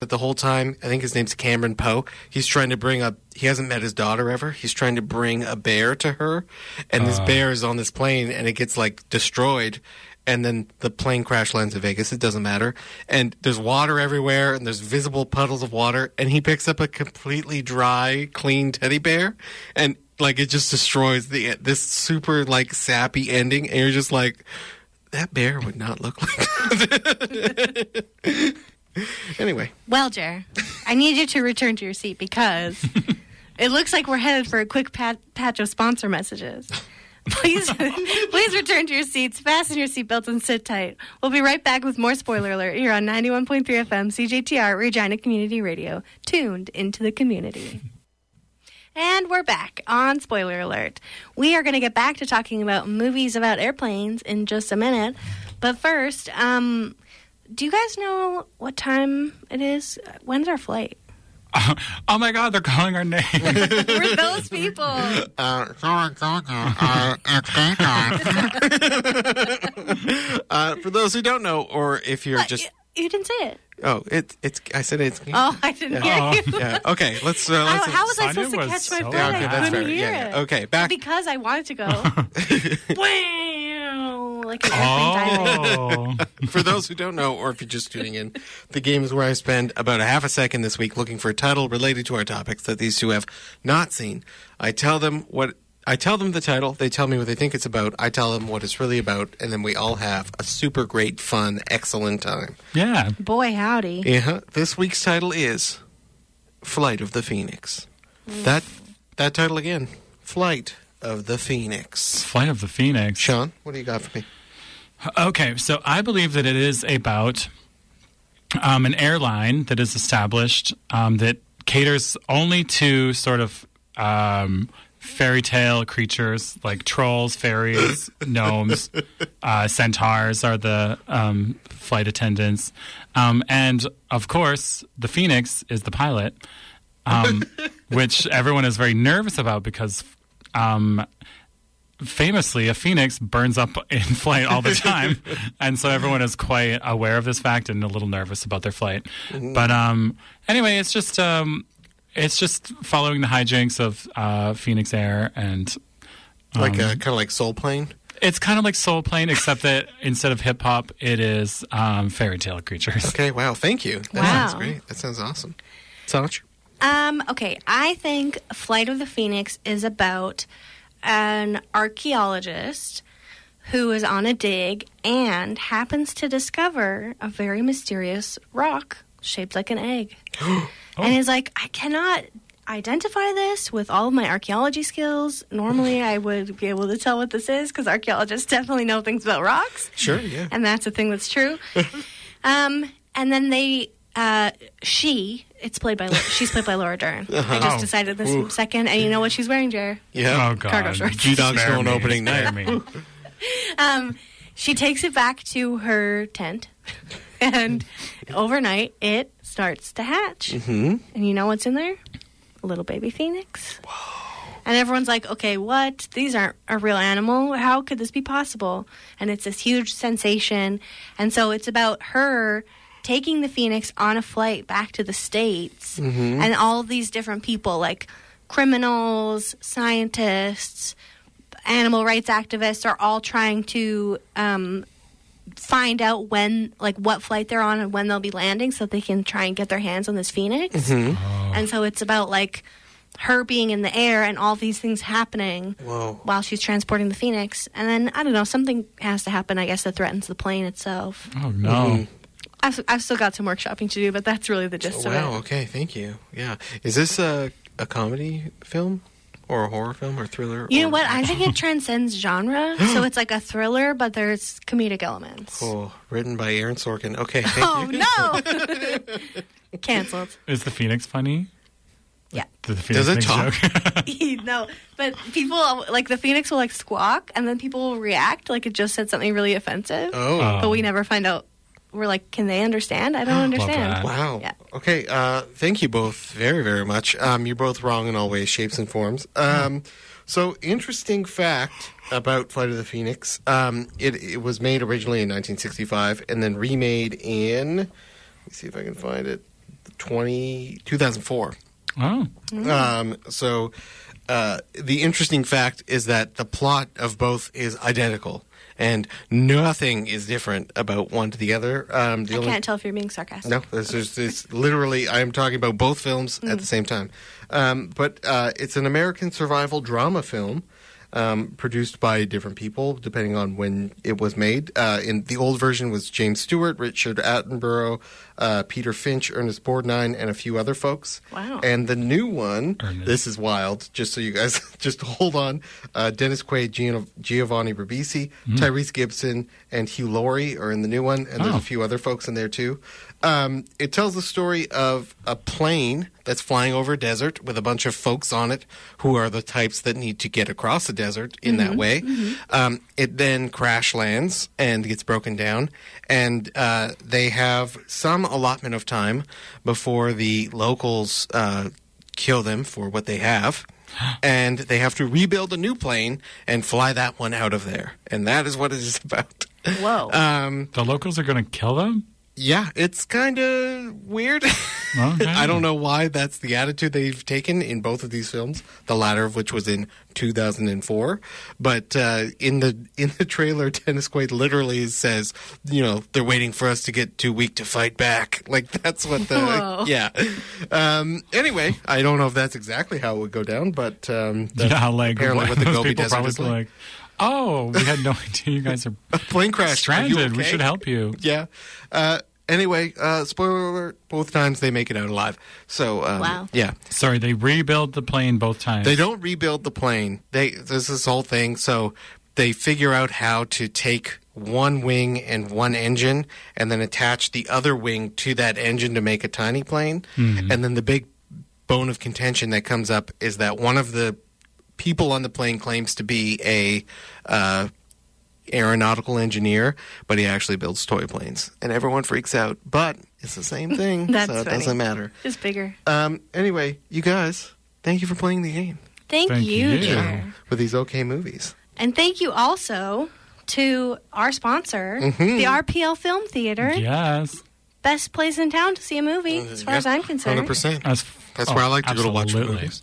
Speaker 3: the whole time. I think his name's Cameron Poe. He's trying to bring up. He hasn't met his daughter ever. He's trying to bring a bear to her, and this bear is on this plane, and it gets like destroyed. And then the plane crash lands in Vegas. It doesn't matter. And there's water everywhere, and there's visible puddles of water. And he picks up a completely dry, clean teddy bear, and like it just destroys the this super like sappy ending. And you're just like, that bear would not look like that. anyway.
Speaker 4: Well, Jer, I need you to return to your seat because it looks like we're headed for a quick pat- patch of sponsor messages. Please, please return to your seats, fasten your seatbelts, and sit tight. We'll be right back with more spoiler alert here on 91.3 FM CJTR Regina Community Radio, tuned into the community. And we're back on spoiler alert. We are going to get back to talking about movies about airplanes in just a minute. But first, um, do you guys know what time it is? When's our flight?
Speaker 2: Oh my God, they're calling our name.
Speaker 4: We're those people.
Speaker 3: Uh, for those who don't know, or if you're just
Speaker 4: you, you didn't say it.
Speaker 3: oh, it, it's I said it's
Speaker 4: Oh, I didn't
Speaker 2: Oh.
Speaker 4: hear you.
Speaker 3: yeah okay. Let's uh, let's
Speaker 4: How, how was I
Speaker 2: Sonia
Speaker 4: supposed to
Speaker 2: was
Speaker 4: catch my
Speaker 2: so
Speaker 4: breath?
Speaker 2: loud.
Speaker 3: okay,
Speaker 4: I
Speaker 3: that's
Speaker 4: couldn't
Speaker 3: fair.
Speaker 4: hear
Speaker 3: Yeah,
Speaker 4: it.
Speaker 3: yeah. Okay, back.
Speaker 4: Because I wanted to go. wow, like an airplane diving.
Speaker 2: Oh,
Speaker 3: for those who don't know, or if you're just tuning in, the game is where I spend about a half a second this week looking for a title related to our topics that these two have not seen. I tell them what I tell them the title, they tell me what they think it's about, I tell them what it's really about, and then we all have a super great, fun, excellent time.
Speaker 2: yeah.
Speaker 4: Boy, howdy.
Speaker 3: Yeah. Uh-huh. This week's title is Flight of the Phoenix. That that title again. Flight of the Phoenix.
Speaker 2: Flight of the Phoenix.
Speaker 3: Sean, what do you got for me?
Speaker 2: Okay, so I believe that it is about um, an airline that is established um, that caters only to sort of um, fairy tale creatures like trolls, fairies, gnomes, uh, centaurs are the um, flight attendants, um, and of course the phoenix is the pilot, um, which everyone is very nervous about because. Um, famously, a phoenix burns up in flight all the time, and so everyone is quite aware of this fact and a little nervous about their flight. But um, anyway, it's just um, it's just following the hijinks of uh, Phoenix Air, and
Speaker 3: Like
Speaker 2: Um.
Speaker 3: uh kind of like Soul Plane?
Speaker 2: it's kind of like Soul Plane, except that instead of hip hop, it is um, fairy tale creatures.
Speaker 3: Okay, wow, thank you. That sounds
Speaker 4: Wow.
Speaker 3: great. That sounds awesome. Sanch?
Speaker 4: Um, okay, I think Flight of the Phoenix is about an archaeologist who is on a dig and happens to discover a very mysterious rock shaped like an egg. And is like, I cannot identify this with all of my archaeology skills. Normally, I would be able to tell what this is because archaeologists definitely know things about rocks
Speaker 3: Sure, yeah.
Speaker 4: and that's a thing that's true. um, and then they, uh, she, it's played by she's played by Laura Dern. I just
Speaker 2: Oh.
Speaker 4: decided this second, and you know what she's wearing, Jer?
Speaker 3: Yeah.
Speaker 2: Oh God!
Speaker 4: Cargo shorts.
Speaker 3: You dogs
Speaker 2: Spare
Speaker 3: don't
Speaker 2: me.
Speaker 3: opening
Speaker 2: Spare
Speaker 3: night.
Speaker 2: me.
Speaker 4: She takes it back to her tent, and overnight it starts to hatch. Mm-hmm. And you know what's in there? A little baby phoenix. Whoa. And everyone's like, okay, what? These aren't a real animal. How could this be possible? And it's this huge sensation. And so it's about her taking the phoenix on a flight back to the States and all these different people, like criminals, scientists, animal rights activists are all trying to um, find out when, like, what flight they're on and when they'll be landing, so they can try and get their hands on this phoenix. And so it's about like her being in the air and all these things happening
Speaker 3: Whoa.
Speaker 4: while she's transporting the phoenix. And then I don't know, something has to happen, I guess, that threatens the plane itself.
Speaker 2: Oh no!
Speaker 4: I've, I've still got some work shopping to do, but that's really the gist of
Speaker 3: Oh, wow,
Speaker 4: it.
Speaker 3: okay, thank you. Yeah. Is this a, a comedy film? Or a horror film or thriller?
Speaker 4: You know
Speaker 3: or-
Speaker 4: what? I think it transcends genre, so it's like a thriller, but there's comedic elements.
Speaker 3: Oh, written by Aaron Sorkin. Okay, thank
Speaker 4: Oh
Speaker 3: you.
Speaker 4: no! Cancelled.
Speaker 2: Is the phoenix funny?
Speaker 4: Yeah.
Speaker 2: Did the phoenix
Speaker 3: Does it
Speaker 2: make a
Speaker 3: talk?
Speaker 2: joke?
Speaker 4: no, but people like the phoenix will like squawk, and then people will react like it just said something really offensive.
Speaker 3: Oh,
Speaker 2: Uh,
Speaker 4: but we never find out. We're like, can they understand? I don't understand.
Speaker 2: that.
Speaker 3: wow.
Speaker 4: yeah.
Speaker 3: Okay, uh, thank you both very, very much. Um, you're both wrong in all ways, shapes, and forms. Um, so, interesting fact about Flight of the Phoenix um, it, it was made originally in 1965 and then remade in, let me see if I can find it, 20, 2004.
Speaker 2: Oh,
Speaker 4: Mm-hmm.
Speaker 3: Um, so uh, the interesting fact is that the plot of both is identical, and nothing is different about one to the other. Um, the
Speaker 4: I
Speaker 3: only-
Speaker 4: can't tell if you're being sarcastic.
Speaker 3: no, this is this literally. I am talking about both films at the same time. Um, but uh, it's an American survival drama film um, produced by different people, depending on when it was made. Uh, in the old version was James Stewart, Richard Attenborough, uh, Peter Finch, Ernest Borgnine, and a few other folks.
Speaker 4: Wow.
Speaker 3: And the new one,
Speaker 2: Ernest.
Speaker 3: this is wild. Just so you guys, just hold on. Uh, Dennis Quaid, Gino- Giovanni Ribisi, Tyrese Gibson, and Hugh Laurie are in the new one, and there's a
Speaker 2: Mm. Oh.
Speaker 3: few few other folks in there too. Um, it tells the story of a plane that's flying over a desert with a bunch of folks on it who are the types that need to get across the desert in that way. Um, it then crash lands and gets broken down, and uh, they have some allotment of time before the locals uh, kill them for what they have. And they have to rebuild a new plane and fly that one out of there. And that is what it is about.
Speaker 4: Whoa.
Speaker 3: Um,
Speaker 2: the locals are going to kill them.
Speaker 3: yeah, it's kind of weird.
Speaker 2: Okay.
Speaker 3: I don't know why that's the attitude they've taken in both of these films. The latter of which was in 2004, but uh, in the in the trailer, Dennis Quaid literally says, "You know, they're waiting for us to get too weak to fight back." Like that's what the
Speaker 4: Whoa.
Speaker 3: yeah. Um, anyway, I don't know if that's exactly how it would go down, but um,
Speaker 2: You know how like
Speaker 3: apparently what the
Speaker 2: those
Speaker 3: Gobi
Speaker 2: people
Speaker 3: Desert
Speaker 2: probably
Speaker 3: is
Speaker 2: be
Speaker 3: like.
Speaker 2: like, oh, we had no idea you guys are
Speaker 3: plane crash. are you
Speaker 2: stranded. We
Speaker 3: okay?"
Speaker 2: should help you.
Speaker 3: yeah. Uh, anyway, uh, spoiler alert: both times they make it out alive. So um,
Speaker 4: Wow.
Speaker 3: yeah,
Speaker 2: Sorry, they rebuild the plane both times.
Speaker 3: they don't rebuild the plane. They there's this whole thing. So they figure out how to take one wing and one engine, and then attach the other wing to that engine to make a tiny plane. And then the big bone of contention that comes up is that one of the people on the plane claims to be a uh, aeronautical engineer, but he actually builds toy planes, and everyone freaks out. But it's the same thing,
Speaker 4: That's
Speaker 3: so it
Speaker 4: funny.
Speaker 3: doesn't matter.
Speaker 4: Just bigger.
Speaker 3: Um, anyway, you guys, thank you for playing the game
Speaker 4: Thank,
Speaker 2: Thank
Speaker 4: you,
Speaker 2: you.
Speaker 4: dear.
Speaker 3: with these okay movies.
Speaker 4: And thank you also to our sponsor, the RPL Film Theater.
Speaker 2: Yes,
Speaker 4: Best place in town to see a movie,
Speaker 3: Uh,
Speaker 4: as far as I'm concerned.
Speaker 3: percent.
Speaker 2: that's oh,
Speaker 3: That's where I like to go to watch
Speaker 2: absolutely.
Speaker 3: movies.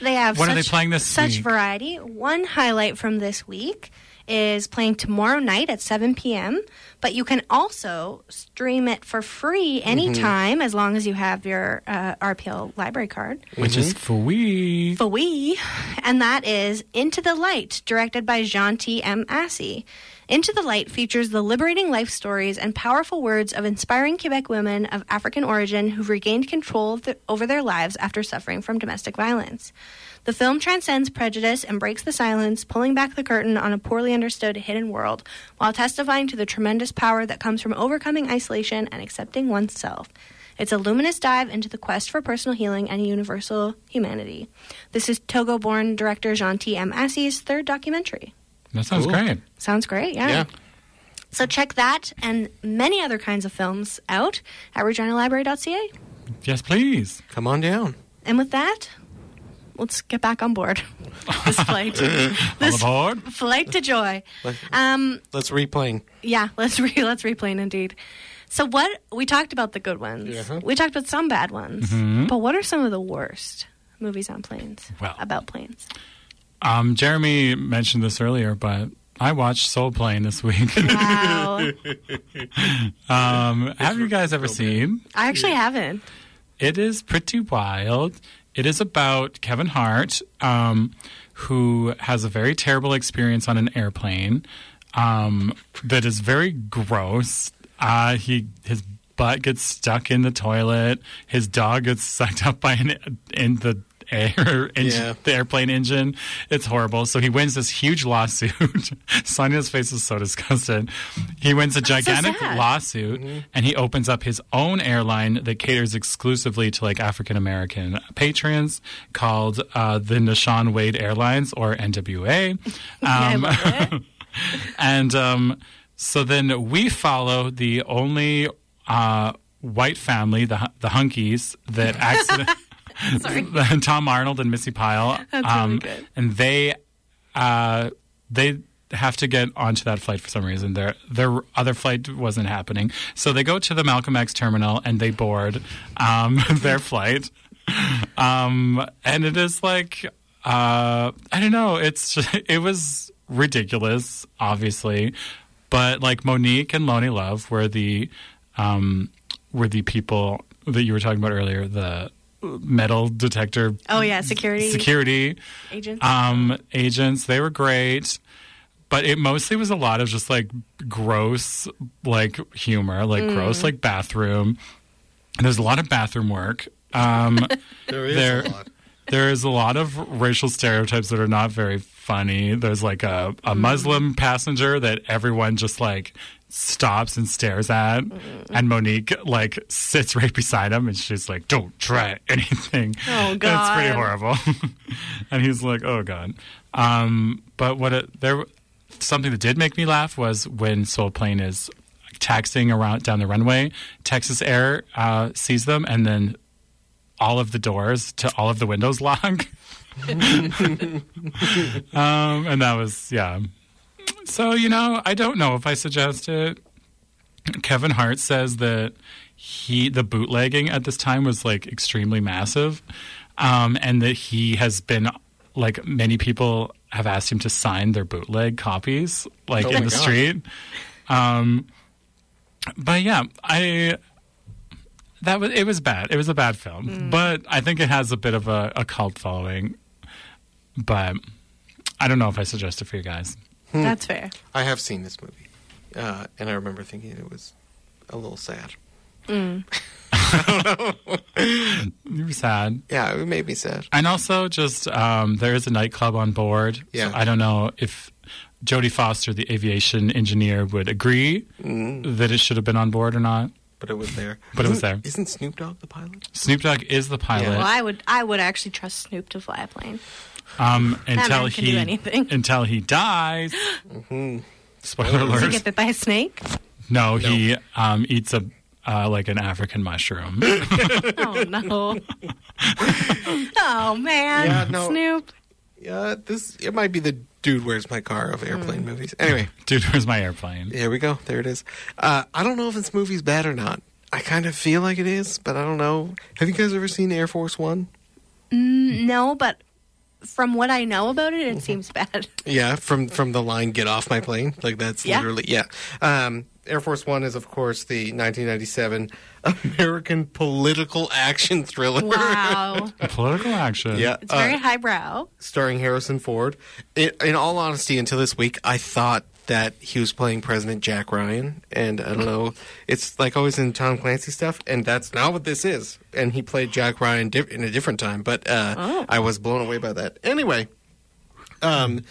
Speaker 4: They have
Speaker 2: What
Speaker 4: such,
Speaker 2: are they playing this
Speaker 4: such
Speaker 2: week?
Speaker 4: variety. One highlight from this week is playing tomorrow night at 7 p.m. But you can also stream it for free anytime as long as you have your uh, RPL library card.
Speaker 2: Which is
Speaker 3: Mm-hmm.
Speaker 2: free.
Speaker 4: For we, and that is Into the Light, directed by Jean T. M. Assey. Into the Light features the liberating life stories and powerful words of inspiring Quebec women of African origin who've regained control of the, over their lives after suffering from domestic violence. The film transcends prejudice and breaks the silence, pulling back the curtain on a poorly understood hidden world, while testifying to the tremendous power that comes from overcoming isolation and accepting oneself. It's a luminous dive into the quest for personal healing and universal humanity. This is Togo born director Jean T. M. Assey's third documentary.
Speaker 2: That sounds
Speaker 3: Cool.
Speaker 2: great.
Speaker 4: Sounds great, yeah.
Speaker 3: Yeah.
Speaker 4: So check that and many other kinds of films out at reginalibrary.ca.
Speaker 2: Yes, please.
Speaker 3: Come on down.
Speaker 4: And with that, let's get back on board this flight.
Speaker 2: All
Speaker 4: this
Speaker 2: aboard.
Speaker 4: flight to joy.
Speaker 3: Let's,
Speaker 4: Um,
Speaker 3: let's replay.
Speaker 4: yeah, let's re- let's replane indeed. So what we talked about the good ones.
Speaker 3: Yeah.
Speaker 4: We talked about some bad ones. But what are some of the worst movies on planes?
Speaker 2: Mm-hmm. Well.
Speaker 4: about planes.
Speaker 2: Um, Jeremy mentioned this earlier, but I watched Soul Plane this week.
Speaker 4: Wow.
Speaker 2: um, have you guys ever seen?
Speaker 4: I actually haven't.
Speaker 2: It is pretty wild. It is about Kevin Hart, um, who has a very terrible experience on an airplane um, that is very gross. Uh, he his butt gets stuck in the toilet. His dog gets sucked up by an in the air engine,
Speaker 3: Yeah.
Speaker 2: the airplane engine. It's horrible. So he wins this huge lawsuit. Sonia's face is so disgusted. He wins a gigantic
Speaker 4: sad.
Speaker 2: lawsuit and he opens up his own airline that caters exclusively to like African American patrons called uh, the Nishan Wade Airlines or NWA.
Speaker 4: I
Speaker 2: Um,
Speaker 4: love it.
Speaker 2: and um, so then we follow the only uh, white family, the, hu- the hunkies, that accident. Tom Arnold and Missy Pyle.
Speaker 4: That's really good.
Speaker 2: And they, uh, they have to get onto that flight for some reason. Their their other flight wasn't happening, so they go to the Malcolm X terminal and they board um, their flight. Um, and it is like uh, I don't know. It's just, it was ridiculous, obviously, but like Monique and Lonnie Love were the um, were the people that you were talking about earlier. The metal detector
Speaker 4: Oh yeah, security
Speaker 2: security
Speaker 4: agents.
Speaker 2: um, agents. They were great, but it mostly was a lot of just like gross, like humor, like gross, like bathroom. And there's a lot of bathroom work. Um,
Speaker 3: There
Speaker 2: there, there is a lot of racial stereotypes that are not very funny. There's like a, a
Speaker 4: Mm.
Speaker 2: Muslim passenger that everyone just like stops and stares at, and Monique like sits right beside him, and she's like, "Don't try anything."
Speaker 4: Oh,
Speaker 2: that's pretty
Speaker 4: God.
Speaker 2: horrible. and he's like, "Oh God." Um, but what it, there something that did make me laugh was when Soul Plane is taxiing around down the runway. Texas Air uh, sees them, and then all of the doors to all of the windows lock. um, and that was, yeah. So, you know, I don't know if I suggest it. Kevin Hart says that he, the bootlegging at this time was like extremely massive. Um, and that he has been, like, many people have asked him to sign their bootleg copies, like
Speaker 3: Oh
Speaker 2: in
Speaker 3: my
Speaker 2: the
Speaker 3: God.
Speaker 2: street. Um, but yeah, I that was it was bad. It was a bad film,
Speaker 3: Mm.
Speaker 2: but I think it has a bit of a, a cult following. But I don't know if I suggest it for you guys.
Speaker 3: Hmm.
Speaker 4: That's fair.
Speaker 3: I have seen this movie, uh, and I remember thinking it was a little sad.
Speaker 2: You were sad,
Speaker 3: Yeah, it made me sad.
Speaker 2: and also just um, there is a nightclub on board.
Speaker 3: Yeah.
Speaker 2: so I don't know if Jodie Foster, the aviation engineer, would agree
Speaker 3: Mm.
Speaker 2: that it should have been on board or not.
Speaker 3: But it was there.
Speaker 2: But it was
Speaker 3: Isn't-
Speaker 2: there.
Speaker 3: Isn't Snoop Dogg the pilot?
Speaker 2: Snoop Dogg is the pilot.
Speaker 4: Well, I would I would actually trust Snoop to fly a plane.
Speaker 2: Um, until
Speaker 4: man can
Speaker 2: he
Speaker 4: do anything.
Speaker 2: until he dies.
Speaker 3: Mm-hmm.
Speaker 2: Spoiler
Speaker 4: Does he
Speaker 2: alert.
Speaker 4: get bit by a snake?
Speaker 2: No, he um, eats a uh, like an African mushroom.
Speaker 4: Oh no. oh man.
Speaker 3: Yeah, no.
Speaker 4: Snoop.
Speaker 3: Yeah, this it might be the dude wears my car of airplane
Speaker 4: Hmm.
Speaker 3: movies. Anyway,
Speaker 2: Dude, where's my airplane?
Speaker 3: here we go. There it is. Uh, I don't know if this movie's bad or not. I kind of feel like it is, but I don't know. Have you guys ever seen Air Force One?
Speaker 4: No, but from what I know about it,
Speaker 3: Mm-hmm.
Speaker 4: it seems bad.
Speaker 3: Yeah, from from the line "Get off my plane," like that's
Speaker 4: Yeah.
Speaker 3: literally yeah. Um, Air Force One is of course the 1997 American political action thriller.
Speaker 4: Wow.
Speaker 2: Political action.
Speaker 3: Yeah,
Speaker 4: It's
Speaker 3: uh,
Speaker 4: very highbrow.
Speaker 3: starring Harrison Ford. It, in all honesty, until this week, I thought that he was playing President Jack Ryan, and I don't know. It's like always in Tom Clancy stuff, and that's not what this is. And he played Jack Ryan di- in a different time, but uh, I was blown away by that. Anyway, um,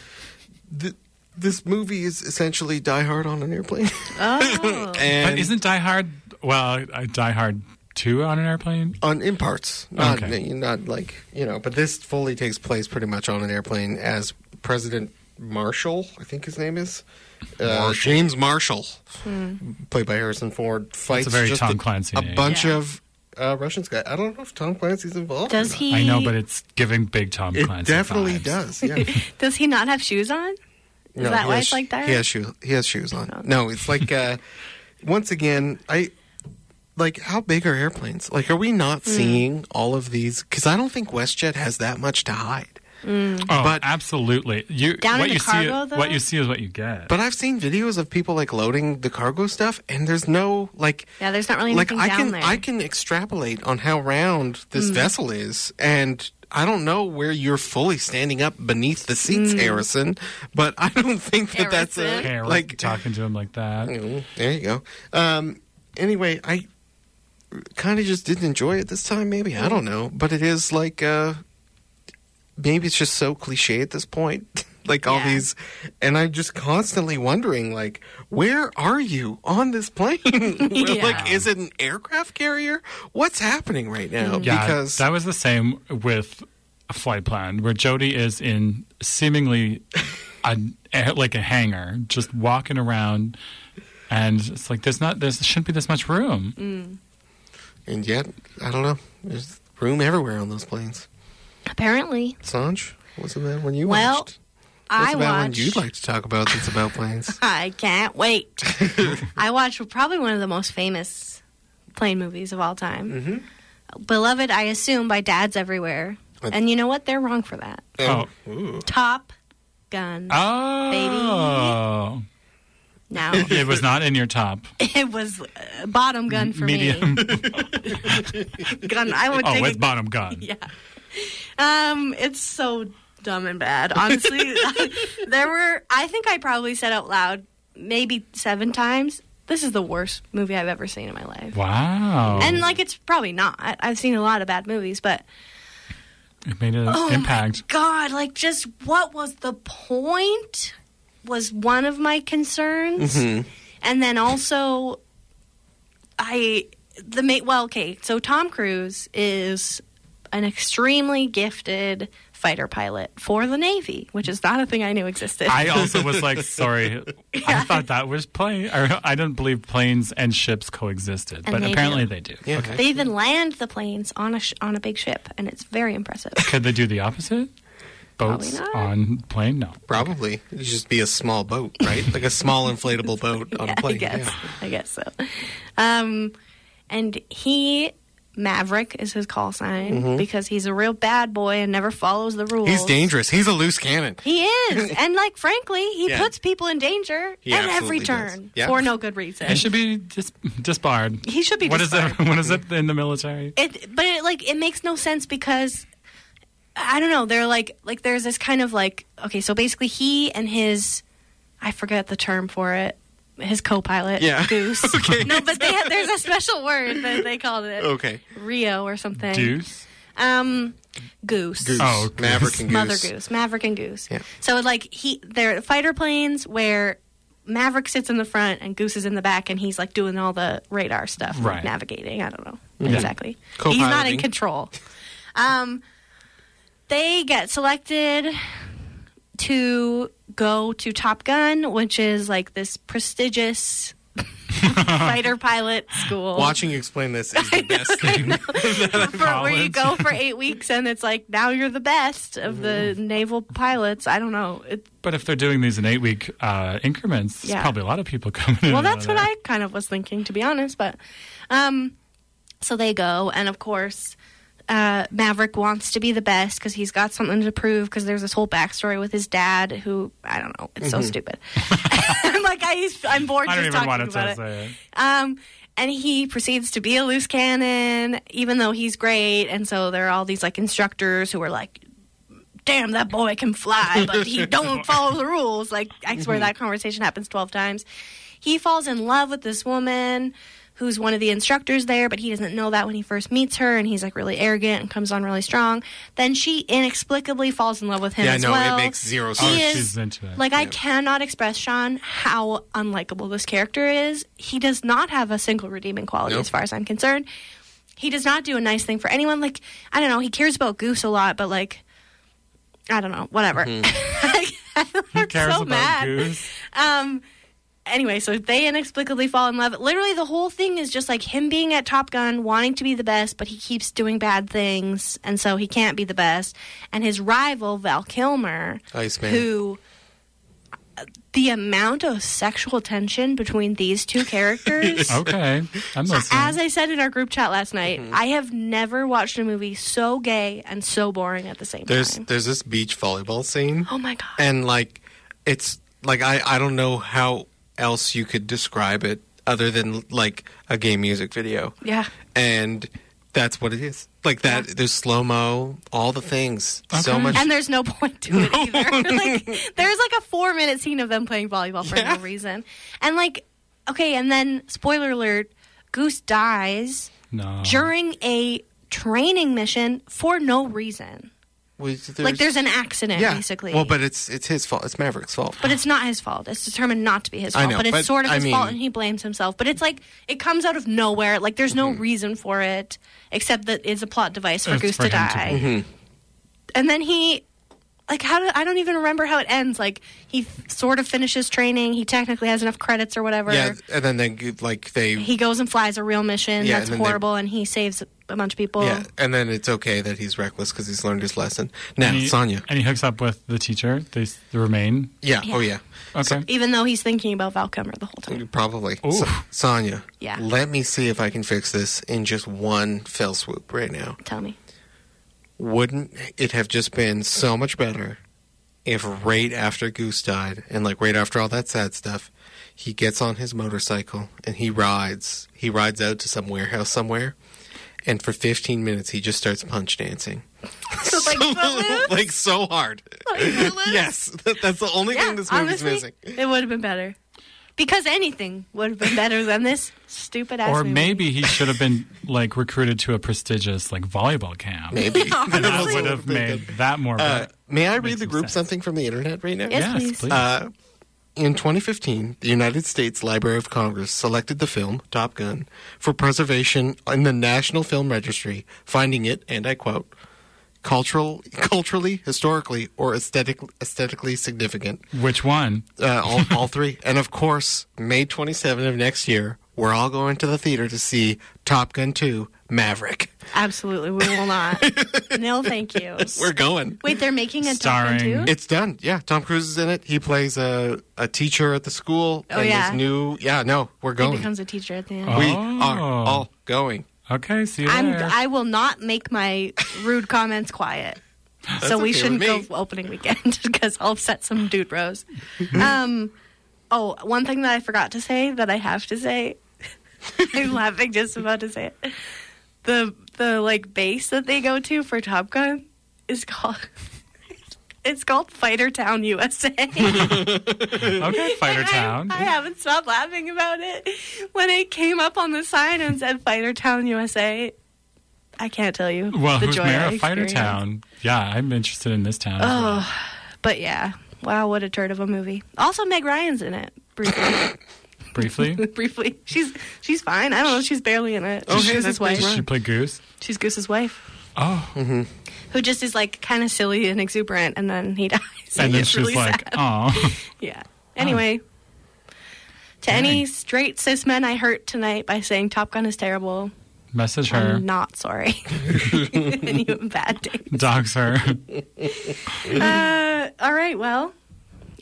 Speaker 3: th- this movie is essentially Die Hard on an airplane.
Speaker 4: Oh.
Speaker 3: and
Speaker 2: But isn't Die Hard, well, uh, Die Hard 2 on an airplane?
Speaker 3: on in parts, not
Speaker 2: Okay.
Speaker 3: not like you know. But this fully takes place pretty much on an airplane as President Marshall, I think his name is uh, James Marshall,
Speaker 4: Hmm.
Speaker 3: played by Harrison Ford, fights
Speaker 2: a very
Speaker 3: just
Speaker 2: Tom Clancy
Speaker 3: a
Speaker 2: name.
Speaker 3: bunch
Speaker 4: Yeah.
Speaker 3: of uh, Russians guy. I don't know if Tom Clancy's involved. or
Speaker 4: Does
Speaker 3: not.
Speaker 4: he
Speaker 2: I know, but it's giving big Tom
Speaker 3: It
Speaker 2: Clancy.
Speaker 3: definitely
Speaker 2: vibes.
Speaker 3: does. Yeah.
Speaker 4: does he not have shoes on? Is
Speaker 3: No,
Speaker 4: that
Speaker 3: he
Speaker 4: why
Speaker 3: has
Speaker 4: it's
Speaker 3: sh-
Speaker 4: like that?
Speaker 3: He has shoes. He has shoes on. No, it's like uh, once again, I like how big are airplanes? Like, are we not
Speaker 4: Hmm.
Speaker 3: seeing all of these? Because I don't think WestJet has that much to hide.
Speaker 2: Oh,
Speaker 3: But-
Speaker 2: absolutely. You,
Speaker 4: Down in
Speaker 2: what
Speaker 4: the
Speaker 2: you
Speaker 4: cargo,
Speaker 2: see,
Speaker 4: though?
Speaker 2: What you see is what you get.
Speaker 3: But I've seen videos of people like loading the cargo stuff, and there's no like.
Speaker 4: Yeah, there's not really
Speaker 3: like
Speaker 4: anything
Speaker 3: I
Speaker 4: down
Speaker 3: can
Speaker 4: there. Hmm.
Speaker 3: I can extrapolate on how round this vessel is, and I don't know where you're fully standing up beneath the seats, Harrison. But I don't think that that's a,
Speaker 4: Hmm. Harrison.
Speaker 2: Okay, we're
Speaker 3: like
Speaker 2: talking to him like that.
Speaker 3: Mm, There you go. Um, anyway, I kind of just didn't enjoy it this time. Maybe I don't know, but it is like uh, maybe it's just so cliche at this point. like all
Speaker 4: Yeah.
Speaker 3: these, and I'm just constantly wondering, like, where are you on this plane? Well, Like, is it an aircraft carrier? What's happening right now?
Speaker 4: Mm-hmm.
Speaker 2: Yeah,
Speaker 3: because
Speaker 2: that was the same with a flight plan where Jody is in seemingly a, like a hangar, just walking around, and it's like there's not there shouldn't be this much room.
Speaker 3: Mm. and yet I don't know. There's room everywhere on those planes.
Speaker 4: Apparently.
Speaker 3: Sanj, what's the matter when you
Speaker 4: Well,
Speaker 3: watched? What's
Speaker 4: I
Speaker 3: about one
Speaker 4: watched.
Speaker 3: you'd like to talk about that's about planes?
Speaker 4: I can't wait. I watched probably one of the most famous plane movies of all time. Beloved, I assume, by dads everywhere.
Speaker 3: Mm-hmm. What?
Speaker 4: And you know what? They're wrong for that.
Speaker 2: Oh.
Speaker 3: Ooh.
Speaker 4: Top Gun.
Speaker 3: Ah.
Speaker 2: Oh.
Speaker 4: now,
Speaker 2: It was not in your top.
Speaker 4: it was uh, bottom gun for
Speaker 2: Medium.
Speaker 4: me. Gun. I would
Speaker 2: oh,
Speaker 4: take
Speaker 2: with
Speaker 4: a
Speaker 2: bottom gun.
Speaker 4: Yeah. Um, it's so dumb and bad. Honestly, there were. I think I probably said out loud maybe seven times. This is the worst movie I've ever seen in my life.
Speaker 2: Wow.
Speaker 4: And like, it's probably not. I've seen a lot of bad movies, but
Speaker 2: it made an
Speaker 4: oh my
Speaker 2: impact.
Speaker 4: God, like, just what was the point? Was one of my
Speaker 3: Mm-hmm.
Speaker 4: concerns,
Speaker 3: Hmm.
Speaker 4: and then also, I the mate. Well, okay, so Tom Cruise is an extremely gifted fighter pilot for the Navy, which is not a thing I knew existed.
Speaker 2: I also was like, sorry. I thought that was plane. Or I didn't believe planes and ships coexisted, but
Speaker 4: they
Speaker 2: apparently
Speaker 4: do.
Speaker 2: they do.
Speaker 3: Yeah.
Speaker 2: Okay.
Speaker 4: they even land the planes on a sh- on a big ship, and it's very impressive.
Speaker 2: Could they do the opposite? Boats
Speaker 4: Probably not.
Speaker 2: on plane? No.
Speaker 3: Probably. It'd just be a small boat, right? Like a small inflatable boat on a plane.
Speaker 4: I guess.
Speaker 3: Yeah.
Speaker 4: I guess so. Um, and he, Maverick, is his call sign because he's a real bad boy and never follows the rules.
Speaker 3: Mm-hmm. He's dangerous. He's a loose cannon.
Speaker 4: He is, and like frankly, he
Speaker 3: Yeah.
Speaker 4: puts people in danger
Speaker 3: He
Speaker 4: at
Speaker 3: absolutely
Speaker 4: every
Speaker 3: does.
Speaker 4: turn
Speaker 3: Yeah.
Speaker 4: for no good reason.
Speaker 2: It should be dis- disbarred.
Speaker 4: he should be.
Speaker 2: What is
Speaker 4: disbarred.
Speaker 2: it? What is it in the military?
Speaker 4: It, but it, like it makes no sense because I don't know. They're like like there's this kind of like okay, so basically he and his I forget the term for it. His co-pilot,
Speaker 3: Yeah.
Speaker 4: Goose. No, but they had, there's a special word that they called it
Speaker 3: Okay.
Speaker 4: Rio or something.
Speaker 2: Deuce.
Speaker 4: Um, Goose.
Speaker 3: Goose.
Speaker 2: Oh, goose.
Speaker 3: Maverick and Goose.
Speaker 4: Mother Goose, Maverick and Goose.
Speaker 3: Yeah.
Speaker 4: So like he, they're fighter planes where Maverick sits in the front and Goose is in the back, and he's like doing all the radar stuff, like,
Speaker 2: Right.
Speaker 4: navigating. I don't know exactly. He's not in
Speaker 3: Co-piloting.
Speaker 4: control. Um, they get selected to go to Top Gun, which is like this prestigious fighter pilot school.
Speaker 3: Watching you explain this is the best thing.
Speaker 4: for where you
Speaker 2: College.
Speaker 4: go for eight weeks and it's like now you're the best of
Speaker 2: Mm.
Speaker 4: the naval pilots. I don't know. It,
Speaker 2: But if they're doing these in eight week uh, increments, there's
Speaker 4: Yeah.
Speaker 2: probably a lot of people coming in.
Speaker 4: well,
Speaker 2: and out
Speaker 4: that's
Speaker 2: of
Speaker 4: what
Speaker 2: that.
Speaker 4: I kind of was thinking, to be honest. But um, so they go, and of course, uh, Maverick wants to be the best because he's got something to prove. Because there's this whole backstory with his dad, who I don't know. It's so stupid. I'm like I, I'm bored
Speaker 2: Mm-hmm. I don't
Speaker 4: just
Speaker 2: even
Speaker 4: talking
Speaker 2: want
Speaker 4: about
Speaker 2: to
Speaker 4: it.
Speaker 2: say it.
Speaker 4: Um, and he proceeds to be a loose cannon, even though he's great. And so there are all these like instructors who are like, "Damn, that boy can fly, but he don't follow the rules." Like I swear
Speaker 3: Mm-hmm.
Speaker 4: that conversation happens twelve times. He falls in love with this woman who's one of the instructors there, but he doesn't know that when he first meets her, and he's like really arrogant and comes on really strong. Then she inexplicably falls in love with him
Speaker 3: yeah,
Speaker 4: as
Speaker 3: no,
Speaker 4: well.
Speaker 3: it makes zero
Speaker 4: He
Speaker 3: sense.
Speaker 4: is-
Speaker 2: She's into it.
Speaker 4: Like I cannot express, Sean, how unlikable this character is. He does not have a single redeeming quality,
Speaker 3: Nope.
Speaker 4: as far as I'm concerned. He does not do a nice thing for anyone. Like I don't know, he cares about Goose a lot, but like I don't know, whatever.
Speaker 2: Who Mm-hmm. cares
Speaker 4: so
Speaker 2: about
Speaker 4: mad.
Speaker 2: Goose?
Speaker 4: um. Anyway, so they inexplicably fall in love. Literally, the whole thing is just like him being at Top Gun, wanting to be the best, but he keeps doing bad things, and so he can't be the best. And his rival, Val Kilmer,
Speaker 3: Iceman.
Speaker 4: who uh, the amount of sexual tension between these two characters
Speaker 2: Okay, I'm listening.
Speaker 4: as i said in our group chat last night i have never watched a movie so gay and so boring at the same
Speaker 3: There's
Speaker 4: time
Speaker 3: there's this beach volleyball scene.
Speaker 4: oh my god
Speaker 3: and like it's like I, I don't know how else you could describe it other than like a gay music video
Speaker 4: yeah
Speaker 3: and that's what it is like that there's slow mo all the things so
Speaker 2: Okay.
Speaker 3: much
Speaker 4: and there's no point to it either like there's like a four minute scene of them playing volleyball for
Speaker 3: Yeah.
Speaker 4: no reason and like okay and then spoiler alert goose dies
Speaker 2: no.
Speaker 4: during a training mission for no reason
Speaker 3: We-
Speaker 4: like there's an accident
Speaker 3: yeah
Speaker 4: basically
Speaker 3: well but it's it's his fault it's maverick's fault
Speaker 4: But it's not his fault. It's determined not to be his
Speaker 3: I
Speaker 4: fault.
Speaker 3: know,
Speaker 4: but it's
Speaker 3: but
Speaker 4: sort of
Speaker 3: I
Speaker 4: his
Speaker 3: mean-
Speaker 4: fault, and he blames himself. But it's like it comes out of nowhere. Like there's
Speaker 3: Mm-hmm.
Speaker 4: no reason for it, except that it's a plot device for
Speaker 2: It's
Speaker 4: Goose
Speaker 2: for
Speaker 4: to
Speaker 2: him to Mm-hmm.
Speaker 4: die. And then he, like, how do I don't even remember how it ends. Like he sort of finishes training. He technically has enough credits or whatever.
Speaker 3: yeah and then they like they
Speaker 4: He goes and flies a real mission
Speaker 3: Yeah,
Speaker 4: that's
Speaker 3: and then they-
Speaker 4: horrible, and he saves a bunch of people.
Speaker 3: Yeah, and then it's okay that he's reckless because he's learned his lesson. Now,
Speaker 2: And he-
Speaker 3: Sonya.
Speaker 2: And he hooks up with the teacher, the, the Remain.
Speaker 3: Yeah, oh yeah.
Speaker 2: Okay.
Speaker 4: Even though he's thinking about Val Kilmer the whole time.
Speaker 3: Probably.
Speaker 2: Ooh.
Speaker 3: So, Sonya.
Speaker 4: Yeah.
Speaker 3: Let me see if I can fix this in just one fell swoop right now.
Speaker 4: Tell me.
Speaker 3: Wouldn't it have just been so much better if right after Goose died and like right after all that sad stuff, he gets on his motorcycle and he rides. He rides out to some warehouse somewhere. And for 15 minutes, he just starts punch dancing.
Speaker 4: So, like, Footloose?
Speaker 3: like so hard.
Speaker 4: Footloose?
Speaker 3: Yes, that- that's the only
Speaker 4: Yeah,
Speaker 3: thing this movie's
Speaker 4: honestly,
Speaker 3: missing.
Speaker 4: it would have been better. Because anything would have been better than this stupid ass
Speaker 2: Or
Speaker 4: movie.
Speaker 2: maybe he should have been like recruited to a prestigious like volleyball camp.
Speaker 3: Maybe.
Speaker 2: That would have made that more.
Speaker 3: Uh,
Speaker 2: better.
Speaker 3: may I read the
Speaker 2: some
Speaker 3: group
Speaker 2: sense.
Speaker 3: something from the internet right now?
Speaker 4: Yes,
Speaker 2: yes,
Speaker 4: please.
Speaker 2: please.
Speaker 3: Uh, in 2015, the United States Library of Congress selected the film Top Gun for preservation in the National Film Registry, finding it, and I quote, cultural, culturally, historically, or aesthetic, aesthetically significant.
Speaker 2: Which one?
Speaker 3: Uh, all, all three. And of course, May 27 of next year, we're all going to the theater to see Top Gun 2 Maverick.
Speaker 4: Absolutely, we will not. no, thank you.
Speaker 3: We're going.
Speaker 4: Wait, they're making a Top Gun
Speaker 2: Starring-
Speaker 4: too?
Speaker 3: It's done. Yeah, Tom Cruise is in it. He plays a, a teacher at the school.
Speaker 4: Oh,
Speaker 3: and
Speaker 4: yeah.
Speaker 3: His new. Yeah, no, we're
Speaker 4: He
Speaker 3: going.
Speaker 4: becomes a teacher at the end.
Speaker 2: Oh.
Speaker 3: we are all going.
Speaker 2: Okay, see you
Speaker 4: I'm,
Speaker 2: there.
Speaker 4: I will not make my rude comments quiet. so
Speaker 3: okay
Speaker 4: we shouldn't
Speaker 3: with
Speaker 4: go
Speaker 3: me.
Speaker 4: opening weekend because I'll upset some dude bros. um, oh, one thing that I forgot to say that I have to say. I'm laughing just about to say it. The the like base that they go to for Top Gun is called it's called Fighter Town USA.
Speaker 2: okay, Fighter
Speaker 4: And I-
Speaker 2: Town.
Speaker 4: I, haven't stopped laughing about it. When it came up on the sign and said Fighter Town USA, I can't tell you.
Speaker 2: well,
Speaker 4: the
Speaker 2: who's
Speaker 4: joy
Speaker 2: mayor
Speaker 4: I
Speaker 2: of Fighter
Speaker 4: experienced.
Speaker 2: Town? Yeah, I'm interested in this town. as well.
Speaker 4: Oh, but yeah. Wow, what a turd of a movie. Also, Meg Ryan's in it. Briefly.
Speaker 2: Briefly,
Speaker 4: briefly. She's she's fine. I don't know. She's barely in it.
Speaker 3: Oh,
Speaker 4: she's
Speaker 3: hey,
Speaker 4: Goose's
Speaker 3: that's
Speaker 4: wife.
Speaker 3: Meg
Speaker 2: she played Goose.
Speaker 4: She's Goose's wife,
Speaker 2: Oh, and
Speaker 4: who just is like kind of silly and exuberant, and then he dies.
Speaker 2: then
Speaker 4: it's
Speaker 2: she's
Speaker 4: really
Speaker 2: like,
Speaker 4: sad.
Speaker 2: "Oh,
Speaker 4: Yeah. Anyway, to any straight cis men I hurt tonight by saying Top Gun is terrible,
Speaker 2: message her,
Speaker 4: I'm not sorry. and you have a bad day.
Speaker 2: dogs her."
Speaker 4: Uh, all right, well,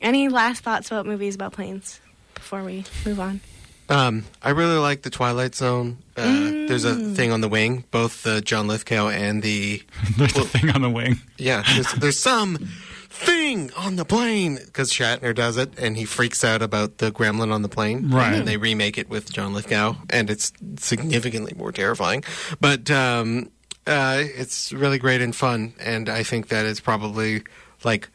Speaker 4: any last thoughts about movies about planes before we move on?
Speaker 3: Um, I really like the Twilight Zone. Uh, There's a thing on the wing, both the John Lithgow and the
Speaker 2: There's a thing on the wing.
Speaker 3: yeah. There's, there's some thing on the plane because Shatner does it, and he freaks out about the gremlin on the plane.
Speaker 2: Right.
Speaker 3: And they remake it with John Lithgow, and it's significantly more terrifying. But um, uh, it's really great and fun, and I think that it's probably like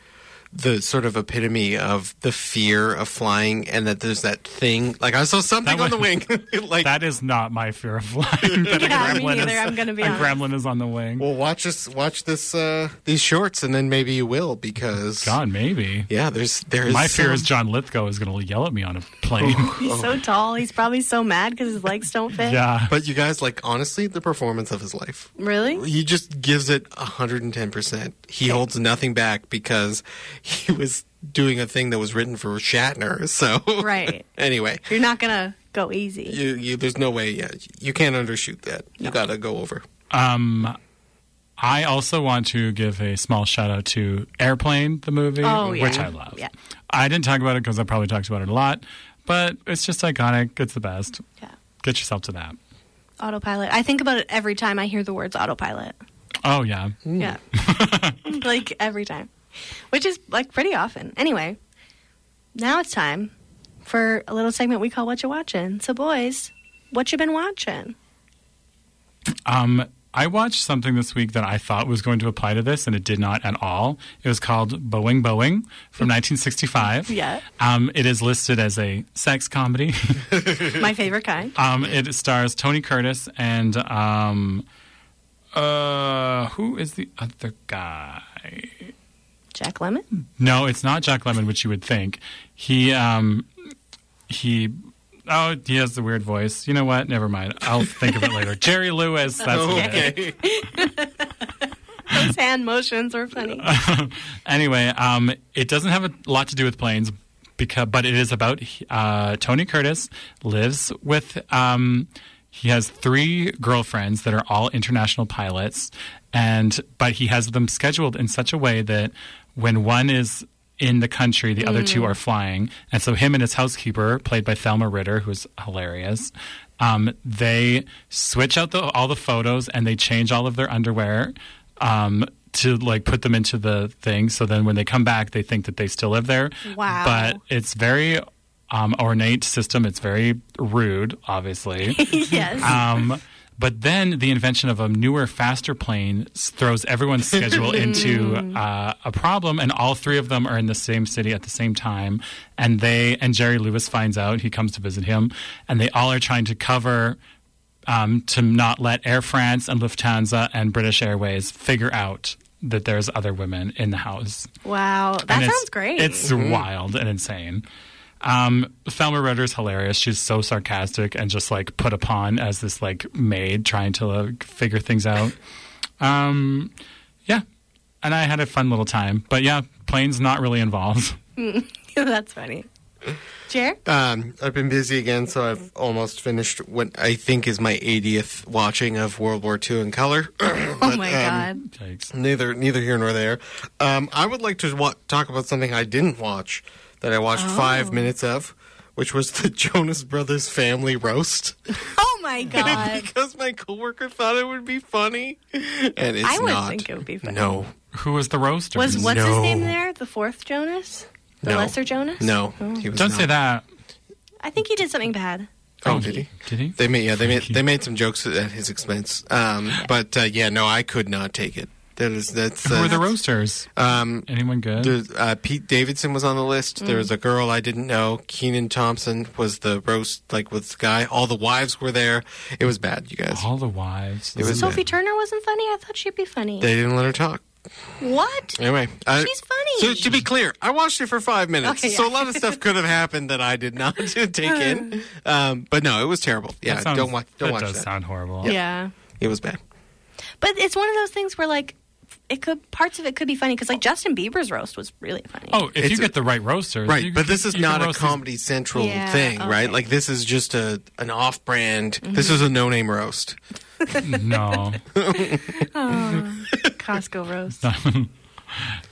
Speaker 3: the sort of epitome of the fear of flying and that there's that thing like i saw something
Speaker 2: That
Speaker 3: on the wing
Speaker 2: was-
Speaker 3: like
Speaker 2: That is not my fear of flying. That
Speaker 4: Yeah,
Speaker 2: a
Speaker 4: me
Speaker 2: gremlin
Speaker 4: neither,
Speaker 2: is-
Speaker 4: I'm gonna be
Speaker 2: a
Speaker 4: honest.
Speaker 2: gremlin is on the wing.
Speaker 3: Well, watch this. Watch this. Uh, these shorts, and then maybe you will because
Speaker 2: God, maybe.
Speaker 3: yeah, there's there is
Speaker 2: My fear
Speaker 3: some-
Speaker 2: is John Lithgow is going to yell at me on a plane.
Speaker 4: He's so tall. He's probably so mad because his legs don't fit.
Speaker 2: Oh. yeah.
Speaker 3: But you guys, like honestly, the performance of his life.
Speaker 4: Really?
Speaker 3: He just gives it hundred and ten percent. He holds nothing back because he was doing a thing that was written for Shatner. So
Speaker 4: Right.
Speaker 3: anyway,
Speaker 4: You're not going to go easy.
Speaker 3: you you there's no way. Yeah, you can't undershoot that. You gotta go over.
Speaker 2: Um, I also want to give a small shout out to Airplane, the movie,
Speaker 4: Oh, yeah.
Speaker 2: which I love.
Speaker 4: Yeah.
Speaker 2: I didn't talk about it because I probably talked about it a lot, but it's just iconic. It's the best.
Speaker 4: Yeah.
Speaker 2: Get yourself to that.
Speaker 4: Autopilot. I think about it every time I hear the words autopilot.
Speaker 2: Oh, yeah.
Speaker 4: Yeah. like every time. Which is like pretty often. Anyway, now it's time for a little segment we call What You Watching. So boys, what you been watching?
Speaker 2: Um, I watched something this week that I thought was going to apply to this, and it did not at all. It was called Boeing Boeing from 1965.
Speaker 4: Mm. Yeah.
Speaker 2: Um, it is listed as a sex comedy.
Speaker 4: My favorite kind.
Speaker 2: Um, it stars Tony Curtis and um, uh, who is the other guy?
Speaker 4: Jack Lemon.
Speaker 2: No, it's not Jack Lemon, which you would think. He um, he. Oh, he has the weird voice. You know what? Never mind. I'll think of it later. Jerry Lewis. That's who it is.
Speaker 3: Okay.
Speaker 4: Those hand motions were funny.
Speaker 2: Anyway, um, it doesn't have a lot to do with planes, because but it is about uh, Tony Curtis lives with um, He has three girlfriends that are all international pilots, and but he has them scheduled in such a way that when one is in the country, the other two are flying. And so him and his housekeeper, played by Thelma Ritter, who's hilarious, um, they switch out the, all the photos and they change all of their underwear um, to like put them into the thing. So then when they come back, they think that they still live there.
Speaker 4: Wow.
Speaker 2: But it's very um, ornate system. It's very rude, obviously.
Speaker 4: yes.
Speaker 2: Um, but then the invention of a newer, faster plane s- throws everyone's schedule into uh, a problem, and all three of them are in the same city at the same time. And they and Jerry Lewis finds out. He comes to visit him, and they all are trying to cover um, to not let Air France and Lufthansa and British Airways figure out that there's other women in the house.
Speaker 4: wow. That
Speaker 2: And it's-
Speaker 4: sounds great. Mm-hmm.
Speaker 2: It's wild and insane. Um, Thelma Ritter's hilarious. She's so sarcastic and just like put upon as this like maid trying to like, figure things out. um, yeah, and I had a fun little time. But yeah, planes not really involved.
Speaker 4: That's funny. Jer?
Speaker 3: Um, I've been busy again, so I've almost finished what I think is my 80th watching of World War II in color. um,
Speaker 4: Oh my god.
Speaker 2: Yikes.
Speaker 3: neither neither here nor there. Um, I would like to wa- talk about something I didn't watch that I watched
Speaker 4: Oh.
Speaker 3: five minutes of, which was the Jonas Brothers family roast.
Speaker 4: Oh my god.
Speaker 3: because my coworker thought it would be funny, and it's
Speaker 4: I would
Speaker 3: not.
Speaker 4: think it would be funny.
Speaker 3: No,
Speaker 2: Who was the roaster?
Speaker 4: Was what's his
Speaker 3: No.
Speaker 4: name there? The fourth Jonas? The
Speaker 3: No.
Speaker 4: lesser Jonas?
Speaker 3: no, he was
Speaker 2: Don't
Speaker 3: not.
Speaker 2: say that.
Speaker 4: I think he did something bad.
Speaker 3: Oh, did he?
Speaker 2: Did he?
Speaker 3: They made yeah they made they made some jokes at his expense. Um, but uh, yeah, no, I could not take it. That is that's
Speaker 2: Who
Speaker 3: uh,
Speaker 2: were the roasters?
Speaker 3: um.
Speaker 2: Anyone good?
Speaker 3: There's, uh, Pete Davidson was on the list. There was a girl I didn't know. Keenan Thompson was the roast, like with the guy. All the wives were there. It was bad, you guys.
Speaker 2: All the wives.
Speaker 3: It was
Speaker 4: Sophie
Speaker 3: bad.
Speaker 4: Turner wasn't funny. I thought she'd be funny.
Speaker 3: They didn't let her talk.
Speaker 4: what?
Speaker 3: Anyway, I,
Speaker 4: She's funny.
Speaker 3: So to be clear, I watched it for five minutes,
Speaker 4: Okay,
Speaker 3: so a
Speaker 4: yeah.
Speaker 3: lot of stuff could have happened that I did not take in. Um, but no, it was terrible. Yeah,
Speaker 2: That sounds-
Speaker 3: don't watch. Don't
Speaker 2: that
Speaker 3: watch
Speaker 2: does
Speaker 3: that.
Speaker 2: sound horrible.
Speaker 4: yeah.
Speaker 3: It was bad.
Speaker 4: But it's one of those things where like it could parts of it could be funny because like Justin Bieber's roast was really funny.
Speaker 2: Oh, if you
Speaker 3: It's-
Speaker 2: get the right roasters,
Speaker 3: Right,
Speaker 2: you
Speaker 3: but
Speaker 2: can-
Speaker 3: this is
Speaker 2: you can
Speaker 3: not a
Speaker 2: roast these-
Speaker 3: Comedy Central
Speaker 4: Yeah,
Speaker 3: thing, right?
Speaker 4: okay.
Speaker 3: Like this is just a an off brand. This is a no name roast.
Speaker 2: No.
Speaker 4: Costco roast. I don't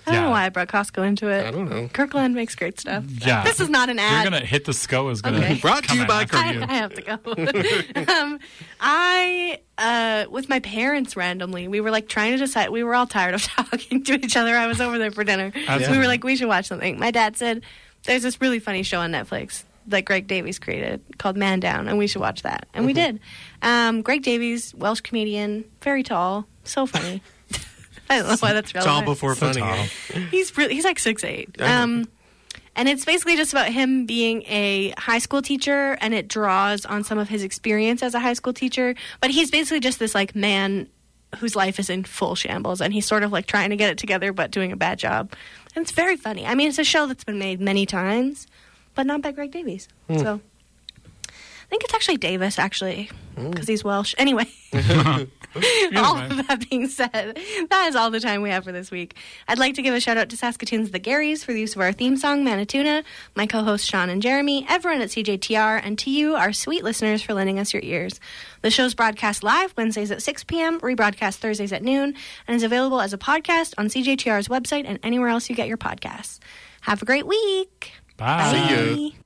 Speaker 4: know
Speaker 2: Yeah.
Speaker 4: why I brought Costco into it.
Speaker 3: I don't know.
Speaker 4: Kirkland makes great stuff.
Speaker 2: Yeah.
Speaker 4: This is not an ad.
Speaker 2: You're gonna hit the SCO is gonna
Speaker 4: Okay.
Speaker 3: Brought to
Speaker 2: come
Speaker 3: you
Speaker 2: at
Speaker 3: by
Speaker 2: after
Speaker 4: I,
Speaker 2: you.
Speaker 4: I have to go. um, I, uh, with my parents randomly, we were like trying to decide. We were all tired of talking to each other. I was over there for dinner.
Speaker 2: That's-
Speaker 4: So we were like, we should watch something. My dad said, there's this really funny show on Netflix that Greg Davies created called Man Down, and we should watch that. And we
Speaker 2: Mm-hmm.
Speaker 4: did. Um, Greg Davies, Welsh comedian, very tall, so funny. I don't know why that's
Speaker 3: It's all
Speaker 4: relevant.
Speaker 3: before
Speaker 2: So
Speaker 3: funny.
Speaker 2: tall.
Speaker 3: eh?
Speaker 4: He's really, he's like six eight.
Speaker 3: I know.
Speaker 4: Um, and it's basically just about him being a high school teacher, and it draws on some of his experience as a high school teacher. But he's basically just this like man whose life is in full shambles, and he's sort of like trying to get it together but doing a bad job. And it's very funny. I mean, it's a show that's been made many times, but not by Greg Davies.
Speaker 3: Hmm.
Speaker 4: So I think it's actually Davis, actually, because he's Welsh. Anyway all
Speaker 2: way.
Speaker 4: of that being said, that is all the time we have for this week. I'd like to give a shout out to Saskatoon's The Garys for the use of our theme song, Manitouna, my co hosts Sean and Jeremy, everyone at CJTR, and to you, our sweet listeners, for lending us your ears. The show's broadcast live Wednesdays at 6 p.m., rebroadcast Thursdays at noon, and is available as a podcast on CJTR's website and anywhere else you get your podcasts. Have a great week.
Speaker 2: Bye.
Speaker 3: See ya.